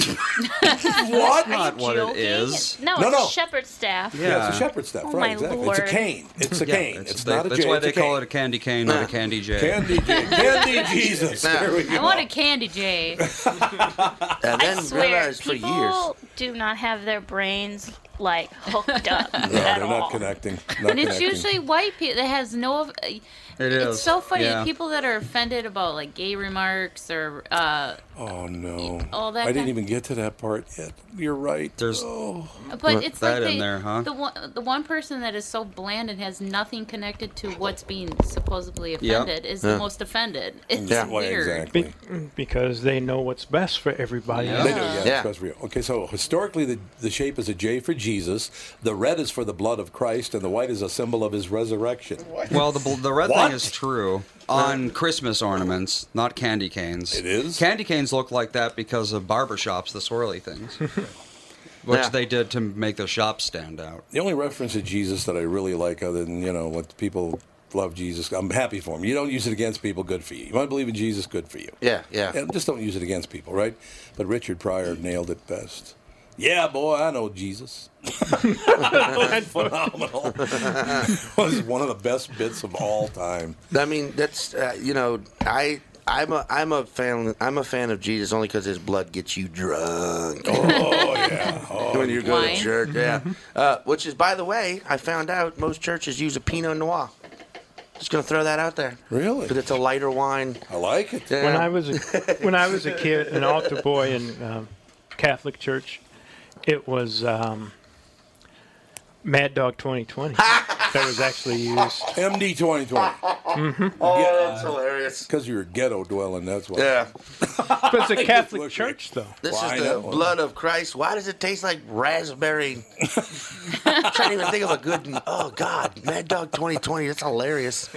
[SPEAKER 8] what? not what it is.
[SPEAKER 9] No,
[SPEAKER 6] No,
[SPEAKER 9] it's
[SPEAKER 6] no.
[SPEAKER 9] a shepherd's staff.
[SPEAKER 6] Yeah, it's a shepherd's staff,
[SPEAKER 9] Oh,
[SPEAKER 6] right?
[SPEAKER 9] my
[SPEAKER 6] Exactly.
[SPEAKER 9] Lord.
[SPEAKER 6] It's a cane. It's a
[SPEAKER 8] Yeah,
[SPEAKER 6] cane. It's,
[SPEAKER 8] they-
[SPEAKER 6] not a
[SPEAKER 8] That's
[SPEAKER 6] J,
[SPEAKER 8] why
[SPEAKER 6] it's
[SPEAKER 8] they
[SPEAKER 6] a
[SPEAKER 8] call
[SPEAKER 6] cane.
[SPEAKER 8] it a candy cane, not a candy J.
[SPEAKER 6] Candy cane. Candy Jesus. There we
[SPEAKER 5] I
[SPEAKER 6] go.
[SPEAKER 5] want a candy J.
[SPEAKER 2] And
[SPEAKER 9] I swear, people do not have their brains like hooked up.
[SPEAKER 6] No, they're not connecting. Not
[SPEAKER 5] and it's
[SPEAKER 6] connecting.
[SPEAKER 5] usually white people that has no. It
[SPEAKER 6] It
[SPEAKER 5] It's so funny.
[SPEAKER 6] Yeah.
[SPEAKER 5] People that are offended about like gay remarks or uh,
[SPEAKER 6] Oh no!
[SPEAKER 5] all that
[SPEAKER 6] I didn't
[SPEAKER 5] kind-
[SPEAKER 6] even get to that part yet. You're right. There's oh.
[SPEAKER 5] But it's like they- the one the one person that is so bland and has nothing connected to what's being supposedly offended is
[SPEAKER 3] Yeah.
[SPEAKER 5] the most offended. It's
[SPEAKER 6] Why
[SPEAKER 5] weird.
[SPEAKER 6] exactly.
[SPEAKER 3] Be- because they know what's best for everybody.
[SPEAKER 6] They do, yeah. it's best for you. Okay, so historically, the, the shape is a J for Jesus, the red is for the blood of Christ, and the white is a symbol of his resurrection.
[SPEAKER 8] Well, the, bl- the red
[SPEAKER 6] What?
[SPEAKER 8] thing is true on Christmas ornaments, not candy canes. It
[SPEAKER 6] is?
[SPEAKER 8] Candy canes look like that because of barber shops, the swirly things, which
[SPEAKER 6] Yeah.
[SPEAKER 8] they did to make their shops stand out.
[SPEAKER 6] The only reference to Jesus that I really like, other than, you know, what people love Jesus, I'm happy for him. You don't use it against people, good for you. You want to believe in Jesus, good for you.
[SPEAKER 2] Yeah, yeah.
[SPEAKER 6] Just don't use it against people, right? But Richard Pryor nailed it best. Yeah, boy, I know Jesus. Phenomenal. was one of the best bits of all time.
[SPEAKER 2] I mean, that's uh, you know, I I'm a I'm a fan I'm a fan of Jesus only because his blood gets you drunk. Oh yeah,
[SPEAKER 6] Oh,
[SPEAKER 2] when you go
[SPEAKER 10] Wine.
[SPEAKER 2] to church, yeah.
[SPEAKER 3] Mm-hmm.
[SPEAKER 2] Uh, which is, by the way, I found out most churches use a Pinot Noir. Just gonna throw that out there. Really? But it's a lighter wine. I
[SPEAKER 6] like it.
[SPEAKER 3] When I was a, when I was a kid, an altar boy in um Catholic church, it was um, Mad Dog 2020 that was actually used.
[SPEAKER 6] MD 2020.
[SPEAKER 3] Mm-hmm.
[SPEAKER 2] Oh, that's hilarious.
[SPEAKER 6] Because you're a ghetto dwelling, that's why.
[SPEAKER 2] Yeah.
[SPEAKER 3] But it's a Catholic church, though.
[SPEAKER 2] This
[SPEAKER 6] Why
[SPEAKER 2] is the
[SPEAKER 6] not?
[SPEAKER 2] blood of Christ. Why does it taste like raspberry? I'm trying to even think of a good. Oh God, Mad Dog 2020. That's hilarious.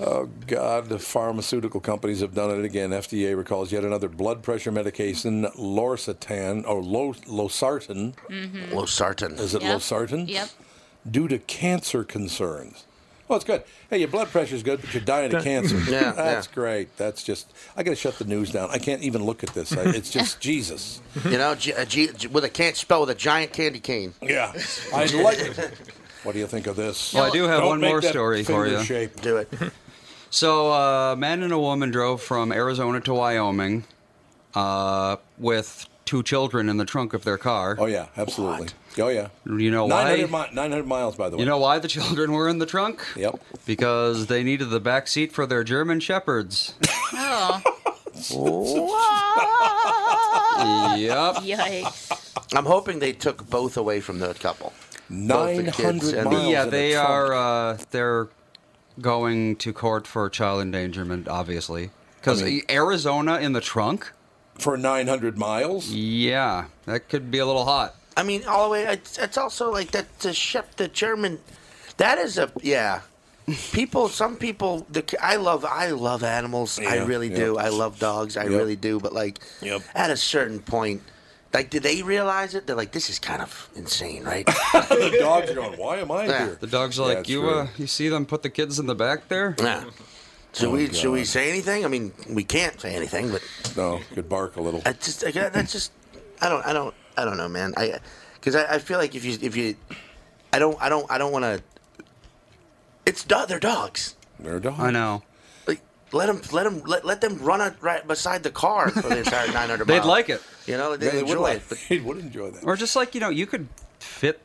[SPEAKER 6] Oh, God. The pharmaceutical companies have done it again. FDA recalls yet another blood pressure medication, Losartan, or Lo- Losartan.
[SPEAKER 2] Mhm. Losartan.
[SPEAKER 6] Is it
[SPEAKER 2] Yep.
[SPEAKER 6] Losartan?
[SPEAKER 2] Yep.
[SPEAKER 6] Due to cancer concerns. Well, it's good. Hey, your blood pressure's good, but you're dying of
[SPEAKER 3] That-
[SPEAKER 6] cancer.
[SPEAKER 3] Yeah,
[SPEAKER 6] That's
[SPEAKER 3] yeah.
[SPEAKER 6] great. That's just, I got to shut the news down. I can't even look at this. I, it's just Jesus.
[SPEAKER 2] You know, G, a G, G- with a can't spell with a giant candy cane.
[SPEAKER 6] Yeah, I like it. What do you think of this?
[SPEAKER 8] Well, I do have
[SPEAKER 6] Don't
[SPEAKER 8] one
[SPEAKER 6] make
[SPEAKER 8] more
[SPEAKER 6] that
[SPEAKER 8] story for
[SPEAKER 6] finger
[SPEAKER 8] you.
[SPEAKER 6] shape.
[SPEAKER 2] Do it.
[SPEAKER 8] So, uh, a man and a woman drove from Arizona to Wyoming uh, with two children in the trunk of their car. Oh,
[SPEAKER 6] yeah, absolutely. Oh, yeah.
[SPEAKER 8] You know why?
[SPEAKER 6] 900, mi- 900 miles, by the way.
[SPEAKER 8] You know why the children were in the trunk? Yep. Because they needed the back seat for their German shepherds.
[SPEAKER 5] Oh.
[SPEAKER 8] yep.
[SPEAKER 5] Yikes.
[SPEAKER 2] I'm hoping they took both away from the couple. Both the kids and the-
[SPEAKER 8] Yeah, they are. Uh, they're going to court for child endangerment, obviously, because
[SPEAKER 6] I mean-
[SPEAKER 8] Arizona in the trunk
[SPEAKER 6] for 900 miles.
[SPEAKER 8] Yeah, that could be a little hot.
[SPEAKER 2] I mean, all the way. It's, it's also like that to ship the German. That is a yeah. People, some people. The, I love, I love animals. I
[SPEAKER 6] Yeah,
[SPEAKER 2] really do.
[SPEAKER 6] yeah.
[SPEAKER 2] I love dogs. I
[SPEAKER 6] Yep.
[SPEAKER 2] really do. But like, at a certain point, like, do they realize it? They're like, this is kind of insane, right?
[SPEAKER 6] the dogs are going, why am I here?
[SPEAKER 8] The dog's
[SPEAKER 2] Yeah,
[SPEAKER 8] like,
[SPEAKER 2] it's
[SPEAKER 8] you
[SPEAKER 2] true.
[SPEAKER 8] uh, you see them put the kids in the back there?
[SPEAKER 2] Yeah.
[SPEAKER 6] Oh,
[SPEAKER 2] Should we should we say anything? I mean, we can't say anything, but
[SPEAKER 6] no, could bark a little.
[SPEAKER 2] I just I, got- that's just I don't I don't I don't know, man. I because I, I feel like if you if you I don't I don't I don't want to. It's do- they're dogs.
[SPEAKER 6] They're dogs.
[SPEAKER 8] I know.
[SPEAKER 2] Like let them let them let, let them run out right beside the car for the entire 900
[SPEAKER 8] They'd
[SPEAKER 2] miles.
[SPEAKER 8] like it.
[SPEAKER 2] You know, they
[SPEAKER 8] Yeah, they would
[SPEAKER 2] enjoy
[SPEAKER 8] like
[SPEAKER 2] it. But
[SPEAKER 6] they would enjoy that.
[SPEAKER 8] Or just like you know, you could fit.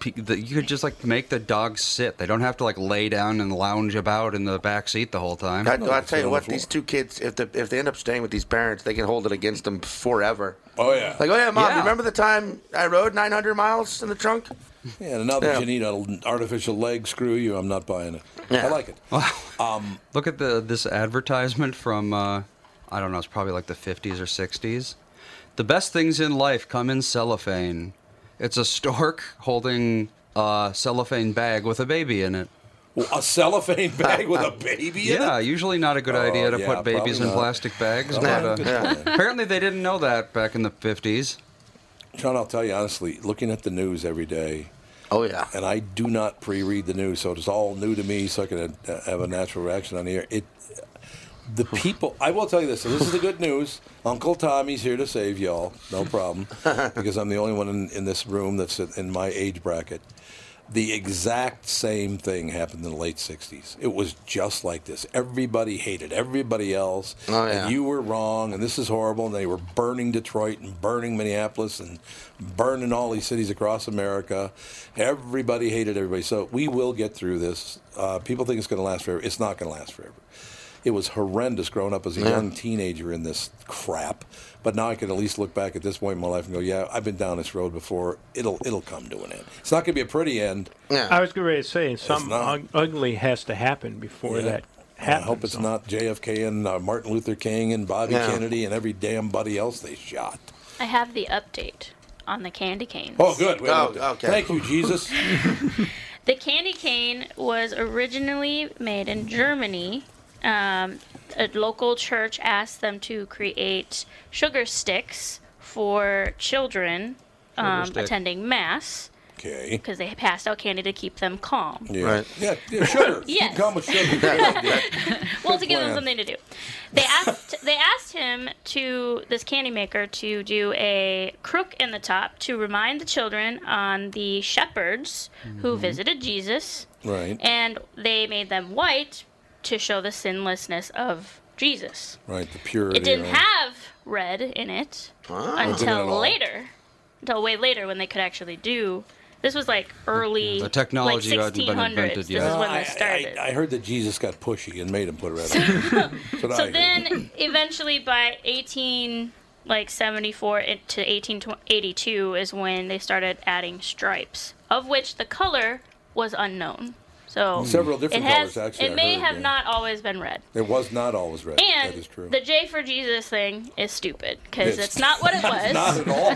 [SPEAKER 8] pe- the- You could just like make the dog sit. They don't have to like lay down and lounge about in the back seat the whole time.
[SPEAKER 2] I, I tell you what, these two kids, if the, if they end up staying with these parents, they can hold it against them forever.
[SPEAKER 6] Oh, yeah.
[SPEAKER 2] Like, oh yeah, mom,
[SPEAKER 6] Yeah.
[SPEAKER 2] remember the time I rode 900 miles in the trunk?
[SPEAKER 6] Yeah, and now that
[SPEAKER 2] Yeah.
[SPEAKER 6] you need an artificial leg, screw you. I'm not buying it. I like it. Um,
[SPEAKER 8] Look at the this advertisement from uh, I don't know, it's probably like the 50s or 60s. The best things in life come in cellophane. It's a stork holding a cellophane bag with a baby in it.
[SPEAKER 6] a cellophane bag with a baby in
[SPEAKER 8] yeah,
[SPEAKER 6] it?
[SPEAKER 8] usually not a good
[SPEAKER 6] Oh,
[SPEAKER 8] idea to
[SPEAKER 6] yeah,
[SPEAKER 8] put babies
[SPEAKER 6] probably
[SPEAKER 8] in
[SPEAKER 6] not.
[SPEAKER 8] plastic bags,
[SPEAKER 6] Probably
[SPEAKER 8] but uh,
[SPEAKER 6] not a good plan.
[SPEAKER 8] apparently they didn't know that back in the 50s.
[SPEAKER 6] Sean, I'll tell you honestly, looking at the news every day.
[SPEAKER 2] Oh yeah.
[SPEAKER 6] And I do not pre-read the news, so it's all new to me. So I can uh, have a natural reaction on here. It, the people. I will tell you this. So this is the good news. Uncle Tommy's here to save y'all. No problem, because I'm the only one in, in this room that's in- in my age bracket. The exact same thing happened in the late '60s. It was just like this. Everybody hated everybody else,
[SPEAKER 2] Oh, yeah.
[SPEAKER 6] and you were wrong, and this is horrible. And they were burning Detroit and burning Minneapolis and burning all these cities across America. Everybody hated everybody. So we will get through this. Uh, people think it's going to last forever. It's not going to last forever. It was horrendous growing up as a
[SPEAKER 2] Yeah.
[SPEAKER 6] young teenager in this crap, but now I can at least look back at this point in my life and go, "Yeah, I've been down this road before. It'll it'll come to an end. It's not going to be a pretty end.
[SPEAKER 3] I was going to say something
[SPEAKER 6] not.
[SPEAKER 3] ug- ugly has to happen before
[SPEAKER 6] Yeah.
[SPEAKER 3] that
[SPEAKER 6] I
[SPEAKER 3] happens.
[SPEAKER 6] hope it's not JFK and uh, Martin Luther King and Bobby
[SPEAKER 3] Yeah.
[SPEAKER 6] Kennedy and every damn buddy else they shot.
[SPEAKER 9] I have the update on the candy canes.
[SPEAKER 6] Oh, good. Wait,
[SPEAKER 2] Oh,
[SPEAKER 6] wait.
[SPEAKER 2] okay.
[SPEAKER 6] Thank you, Jesus.
[SPEAKER 9] The candy cane was originally made in Germany. Um, a local church asked them to create sugar sticks for children
[SPEAKER 6] Sugar
[SPEAKER 9] um,
[SPEAKER 6] stick.
[SPEAKER 9] attending mass
[SPEAKER 6] okay.
[SPEAKER 9] because they passed out candy to keep them calm.
[SPEAKER 6] Yeah. Yeah, yeah, sugar. You
[SPEAKER 9] Yes.
[SPEAKER 6] come with sugar.
[SPEAKER 9] well,
[SPEAKER 6] Good
[SPEAKER 9] to give them
[SPEAKER 6] plan.
[SPEAKER 9] something to do. They asked they asked him to this candy maker to do a crook in the top to remind the children on the shepherds who
[SPEAKER 6] Mm-hmm.
[SPEAKER 10] Mhm.
[SPEAKER 9] visited Jesus,
[SPEAKER 6] Right.
[SPEAKER 9] and they made them white to show the sinlessness of Jesus.
[SPEAKER 6] Right, the purity.
[SPEAKER 9] It didn't
[SPEAKER 6] right?
[SPEAKER 9] have red in it
[SPEAKER 6] Ah. Wasn't in it
[SPEAKER 9] until
[SPEAKER 6] at all.
[SPEAKER 9] later, until way later when they could actually do. This was like early.
[SPEAKER 8] The technology
[SPEAKER 9] like
[SPEAKER 8] hadn't been
[SPEAKER 9] 1600s.
[SPEAKER 8] invented yet.
[SPEAKER 9] This is when
[SPEAKER 6] I,
[SPEAKER 9] this started.
[SPEAKER 6] I, I heard that Jesus got pushy and made him put red on. That's what I
[SPEAKER 9] so
[SPEAKER 6] heard.
[SPEAKER 9] then, eventually, by 18 like 74 it- to 1882 is when they started adding stripes, of which the color was unknown. So
[SPEAKER 6] Hmm. Several different
[SPEAKER 9] it has,
[SPEAKER 6] colors, actually,
[SPEAKER 9] It
[SPEAKER 6] I
[SPEAKER 9] may
[SPEAKER 6] heard,
[SPEAKER 9] have
[SPEAKER 6] yeah.
[SPEAKER 9] not always been red.
[SPEAKER 6] It was not always red.
[SPEAKER 9] And
[SPEAKER 6] that is true.
[SPEAKER 9] the J for Jesus thing is stupid because
[SPEAKER 6] It's-
[SPEAKER 9] it's not what it was.
[SPEAKER 6] not at all.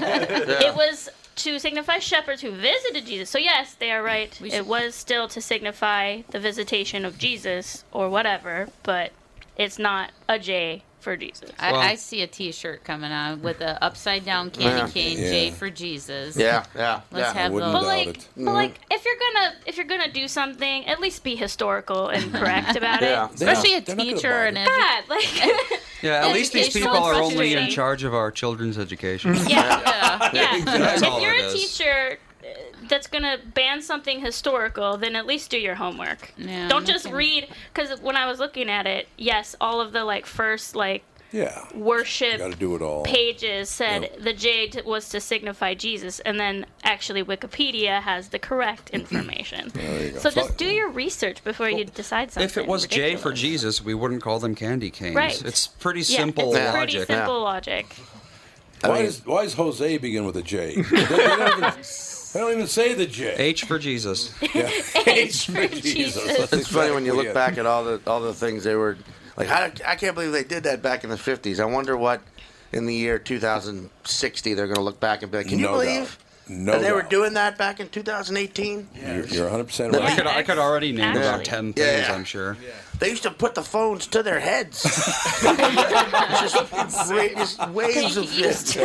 [SPEAKER 9] It was to signify shepherds who visited Jesus. So yes, they are right. It was still to signify the visitation of Jesus or whatever, but it's not a J for Jesus.
[SPEAKER 5] I, I see a T-shirt coming on with a upside down candy
[SPEAKER 9] Yeah.
[SPEAKER 5] cane
[SPEAKER 9] Yeah.
[SPEAKER 5] J for Jesus.
[SPEAKER 9] Yeah,
[SPEAKER 2] yeah,
[SPEAKER 5] Let's
[SPEAKER 9] yeah. I
[SPEAKER 5] have
[SPEAKER 9] wouldn't
[SPEAKER 5] those.
[SPEAKER 9] But, doubt like- it.
[SPEAKER 2] Mm-hmm.
[SPEAKER 9] but, like, if you're gonna if you're gonna do something, at least be historical and correct about
[SPEAKER 8] Yeah.
[SPEAKER 9] it.
[SPEAKER 5] especially
[SPEAKER 8] Yeah.
[SPEAKER 5] a teacher or an edu-
[SPEAKER 9] God, like
[SPEAKER 8] Yeah, at least these
[SPEAKER 9] Educational
[SPEAKER 8] people are only in
[SPEAKER 9] frustrating.
[SPEAKER 8] charge of our children's education.
[SPEAKER 9] yeah, yeah.
[SPEAKER 8] That's all
[SPEAKER 9] if you're
[SPEAKER 8] it
[SPEAKER 9] a
[SPEAKER 8] is.
[SPEAKER 9] teacher uh, that's gonna ban something historical, then at least do your homework.
[SPEAKER 5] Yeah,
[SPEAKER 9] Don't
[SPEAKER 5] no
[SPEAKER 9] just
[SPEAKER 5] kidding.
[SPEAKER 9] read. Because when I was looking at it, yes, all of the like first like
[SPEAKER 6] yeah,
[SPEAKER 9] worship
[SPEAKER 6] got to do it all.
[SPEAKER 9] pages said the J t- was to signify Jesus, and then actually Wikipedia has the correct information.
[SPEAKER 8] go.
[SPEAKER 9] so just do your research before you decide something.
[SPEAKER 8] If it was J
[SPEAKER 9] ridiculous.
[SPEAKER 8] for Jesus, we wouldn't call them candy canes.
[SPEAKER 9] Right.
[SPEAKER 8] It's pretty
[SPEAKER 9] Yeah,
[SPEAKER 8] simple
[SPEAKER 9] it's
[SPEAKER 8] logic.
[SPEAKER 9] Pretty simple logic.
[SPEAKER 6] Why, is, why does Jose begin with a J? They don't, they don't even, they don't even say the J.
[SPEAKER 8] H for Jesus.
[SPEAKER 6] H for Jesus.
[SPEAKER 2] It's funny when you look back at all the all the things they were like. How did- I can't believe they did that back in the fifties. I wonder what in the year 2060 they're going to look back and be like, "Can you
[SPEAKER 6] No doubt.
[SPEAKER 2] believe
[SPEAKER 6] No
[SPEAKER 2] that they were
[SPEAKER 6] doubt.
[SPEAKER 2] doing that back in 2018?"
[SPEAKER 6] You're, you're 100 percent
[SPEAKER 8] I
[SPEAKER 6] right.
[SPEAKER 8] could, I could already name about
[SPEAKER 2] Actually.
[SPEAKER 8] 10 things,
[SPEAKER 2] Yeah.
[SPEAKER 8] I'm sure.
[SPEAKER 2] They used to put the phones to their heads. just, wa- just waves of
[SPEAKER 9] used
[SPEAKER 6] yeah,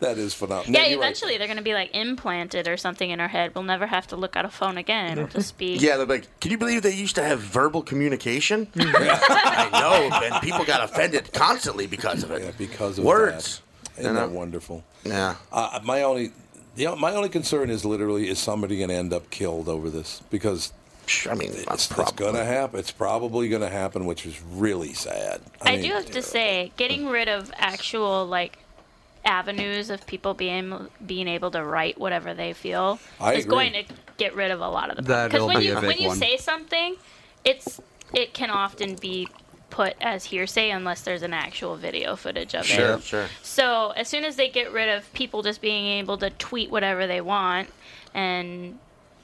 [SPEAKER 6] that is phenomenal. No,
[SPEAKER 9] yeah,
[SPEAKER 6] you're right.
[SPEAKER 9] eventually they're going to be like implanted or something in our head. We'll never have to look at a phone again. It'll just be
[SPEAKER 2] Yeah, they're like, can you believe they used to have verbal communication? I know, and people got offended constantly because of it. Yeah,
[SPEAKER 6] because of
[SPEAKER 2] words.
[SPEAKER 6] that. Isn't
[SPEAKER 2] you know?
[SPEAKER 6] that wonderful?
[SPEAKER 2] Yeah.
[SPEAKER 6] Uh, my only, you know, my only concern is literally is somebody going to end up killed over this because.
[SPEAKER 2] I mean,
[SPEAKER 6] it's, it's going to happen. It's probably going to happen, which is really sad.
[SPEAKER 9] I,
[SPEAKER 6] mean,
[SPEAKER 9] do have to say, getting rid of actual like avenues of people being being able to write whatever they feel
[SPEAKER 8] I
[SPEAKER 9] is
[SPEAKER 8] agree.
[SPEAKER 9] going to get rid of a lot of the
[SPEAKER 8] That'll
[SPEAKER 9] when
[SPEAKER 8] be
[SPEAKER 9] you
[SPEAKER 8] a big
[SPEAKER 9] when you
[SPEAKER 8] one.
[SPEAKER 9] say something, it's it can often be put as hearsay unless there's an actual video footage of it.
[SPEAKER 2] sure.
[SPEAKER 9] So as soon as they get rid of people just being able to tweet whatever they want and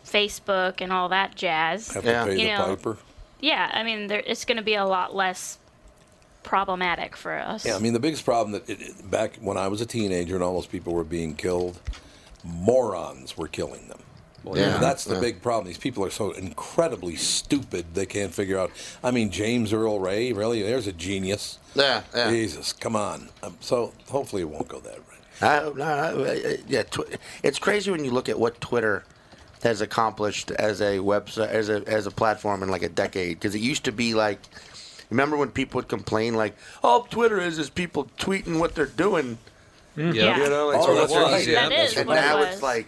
[SPEAKER 9] Facebook and all that jazz,
[SPEAKER 6] Have to pay
[SPEAKER 9] you
[SPEAKER 6] the
[SPEAKER 9] know,
[SPEAKER 6] piper.
[SPEAKER 9] yeah, I mean, there, it's going to be a lot less problematic for us.
[SPEAKER 6] Yeah, I mean the biggest problem that it, it- back when I was a teenager and all those people were being killed, morons were killing them.
[SPEAKER 8] yeah.
[SPEAKER 6] that's the
[SPEAKER 8] Yeah.
[SPEAKER 6] big problem. These people are so incredibly stupid they can't figure out. I mean James Earl Ray, really? There's a genius.
[SPEAKER 2] Yeah, yeah.
[SPEAKER 6] Jesus, come on. Um, so hopefully it won't go that way.
[SPEAKER 2] I, no, I, I- yeah, tw- it's crazy when you look at what Twitter has accomplished as a website, as a as a platform in like a decade. Because it used to be like, remember when people would complain like, "All Twitter is is people tweeting what they're doing."
[SPEAKER 7] Mm-hmm.
[SPEAKER 8] Mm. Yeah.
[SPEAKER 2] you know, like,
[SPEAKER 8] Oh,
[SPEAKER 2] so
[SPEAKER 8] that's
[SPEAKER 2] what's-
[SPEAKER 8] right. That is
[SPEAKER 2] and
[SPEAKER 8] what it
[SPEAKER 2] now
[SPEAKER 8] was.
[SPEAKER 2] it's like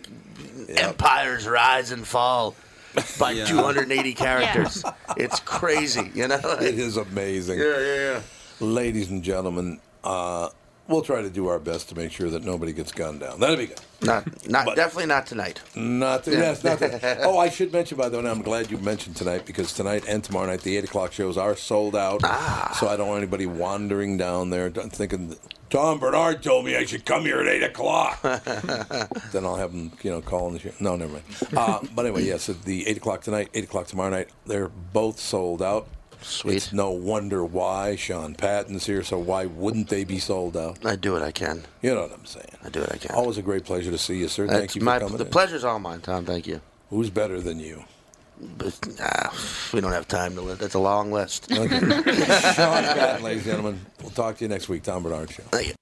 [SPEAKER 2] empires rise and fall by 280 characters. It's crazy, you know.
[SPEAKER 6] it is amazing.
[SPEAKER 2] Yeah, yeah, yeah.
[SPEAKER 6] Ladies and gentlemen, uh, we'll try to do our best to make sure that nobody gets gunned down. That'll be good.
[SPEAKER 2] Not, not definitely not tonight.
[SPEAKER 6] Not the, yes, not the, oh, I should mention by the way, and I'm glad you mentioned tonight because tonight and tomorrow night the eight o'clock shows are sold out.
[SPEAKER 2] Ah.
[SPEAKER 6] So I don't want anybody wandering down there d- thinking that, Tom Bernard told me I should come here at eight o'clock. then I'll have them, you know, call in the show. No, never mind. Uh, but anyway, yes, yeah, so the eight o'clock tonight, eight o'clock tomorrow night, they're both sold out. Sweet. It's no wonder why Sean Patton's here, so why wouldn't they be sold out?
[SPEAKER 2] I do what I can.
[SPEAKER 6] You know what I'm saying?
[SPEAKER 2] I do what I can.
[SPEAKER 6] Always a great pleasure to see you, sir.
[SPEAKER 2] It's
[SPEAKER 6] Thank you for
[SPEAKER 2] my-
[SPEAKER 6] coming.
[SPEAKER 2] The
[SPEAKER 6] in.
[SPEAKER 2] pleasure's all mine, Tom. Thank you.
[SPEAKER 6] Who's better than you?
[SPEAKER 2] But, ah, we don't have time to. li- That's a long list.
[SPEAKER 6] Sean Patton, ladies and gentlemen. We'll talk to you next week. Tom Bernard Show.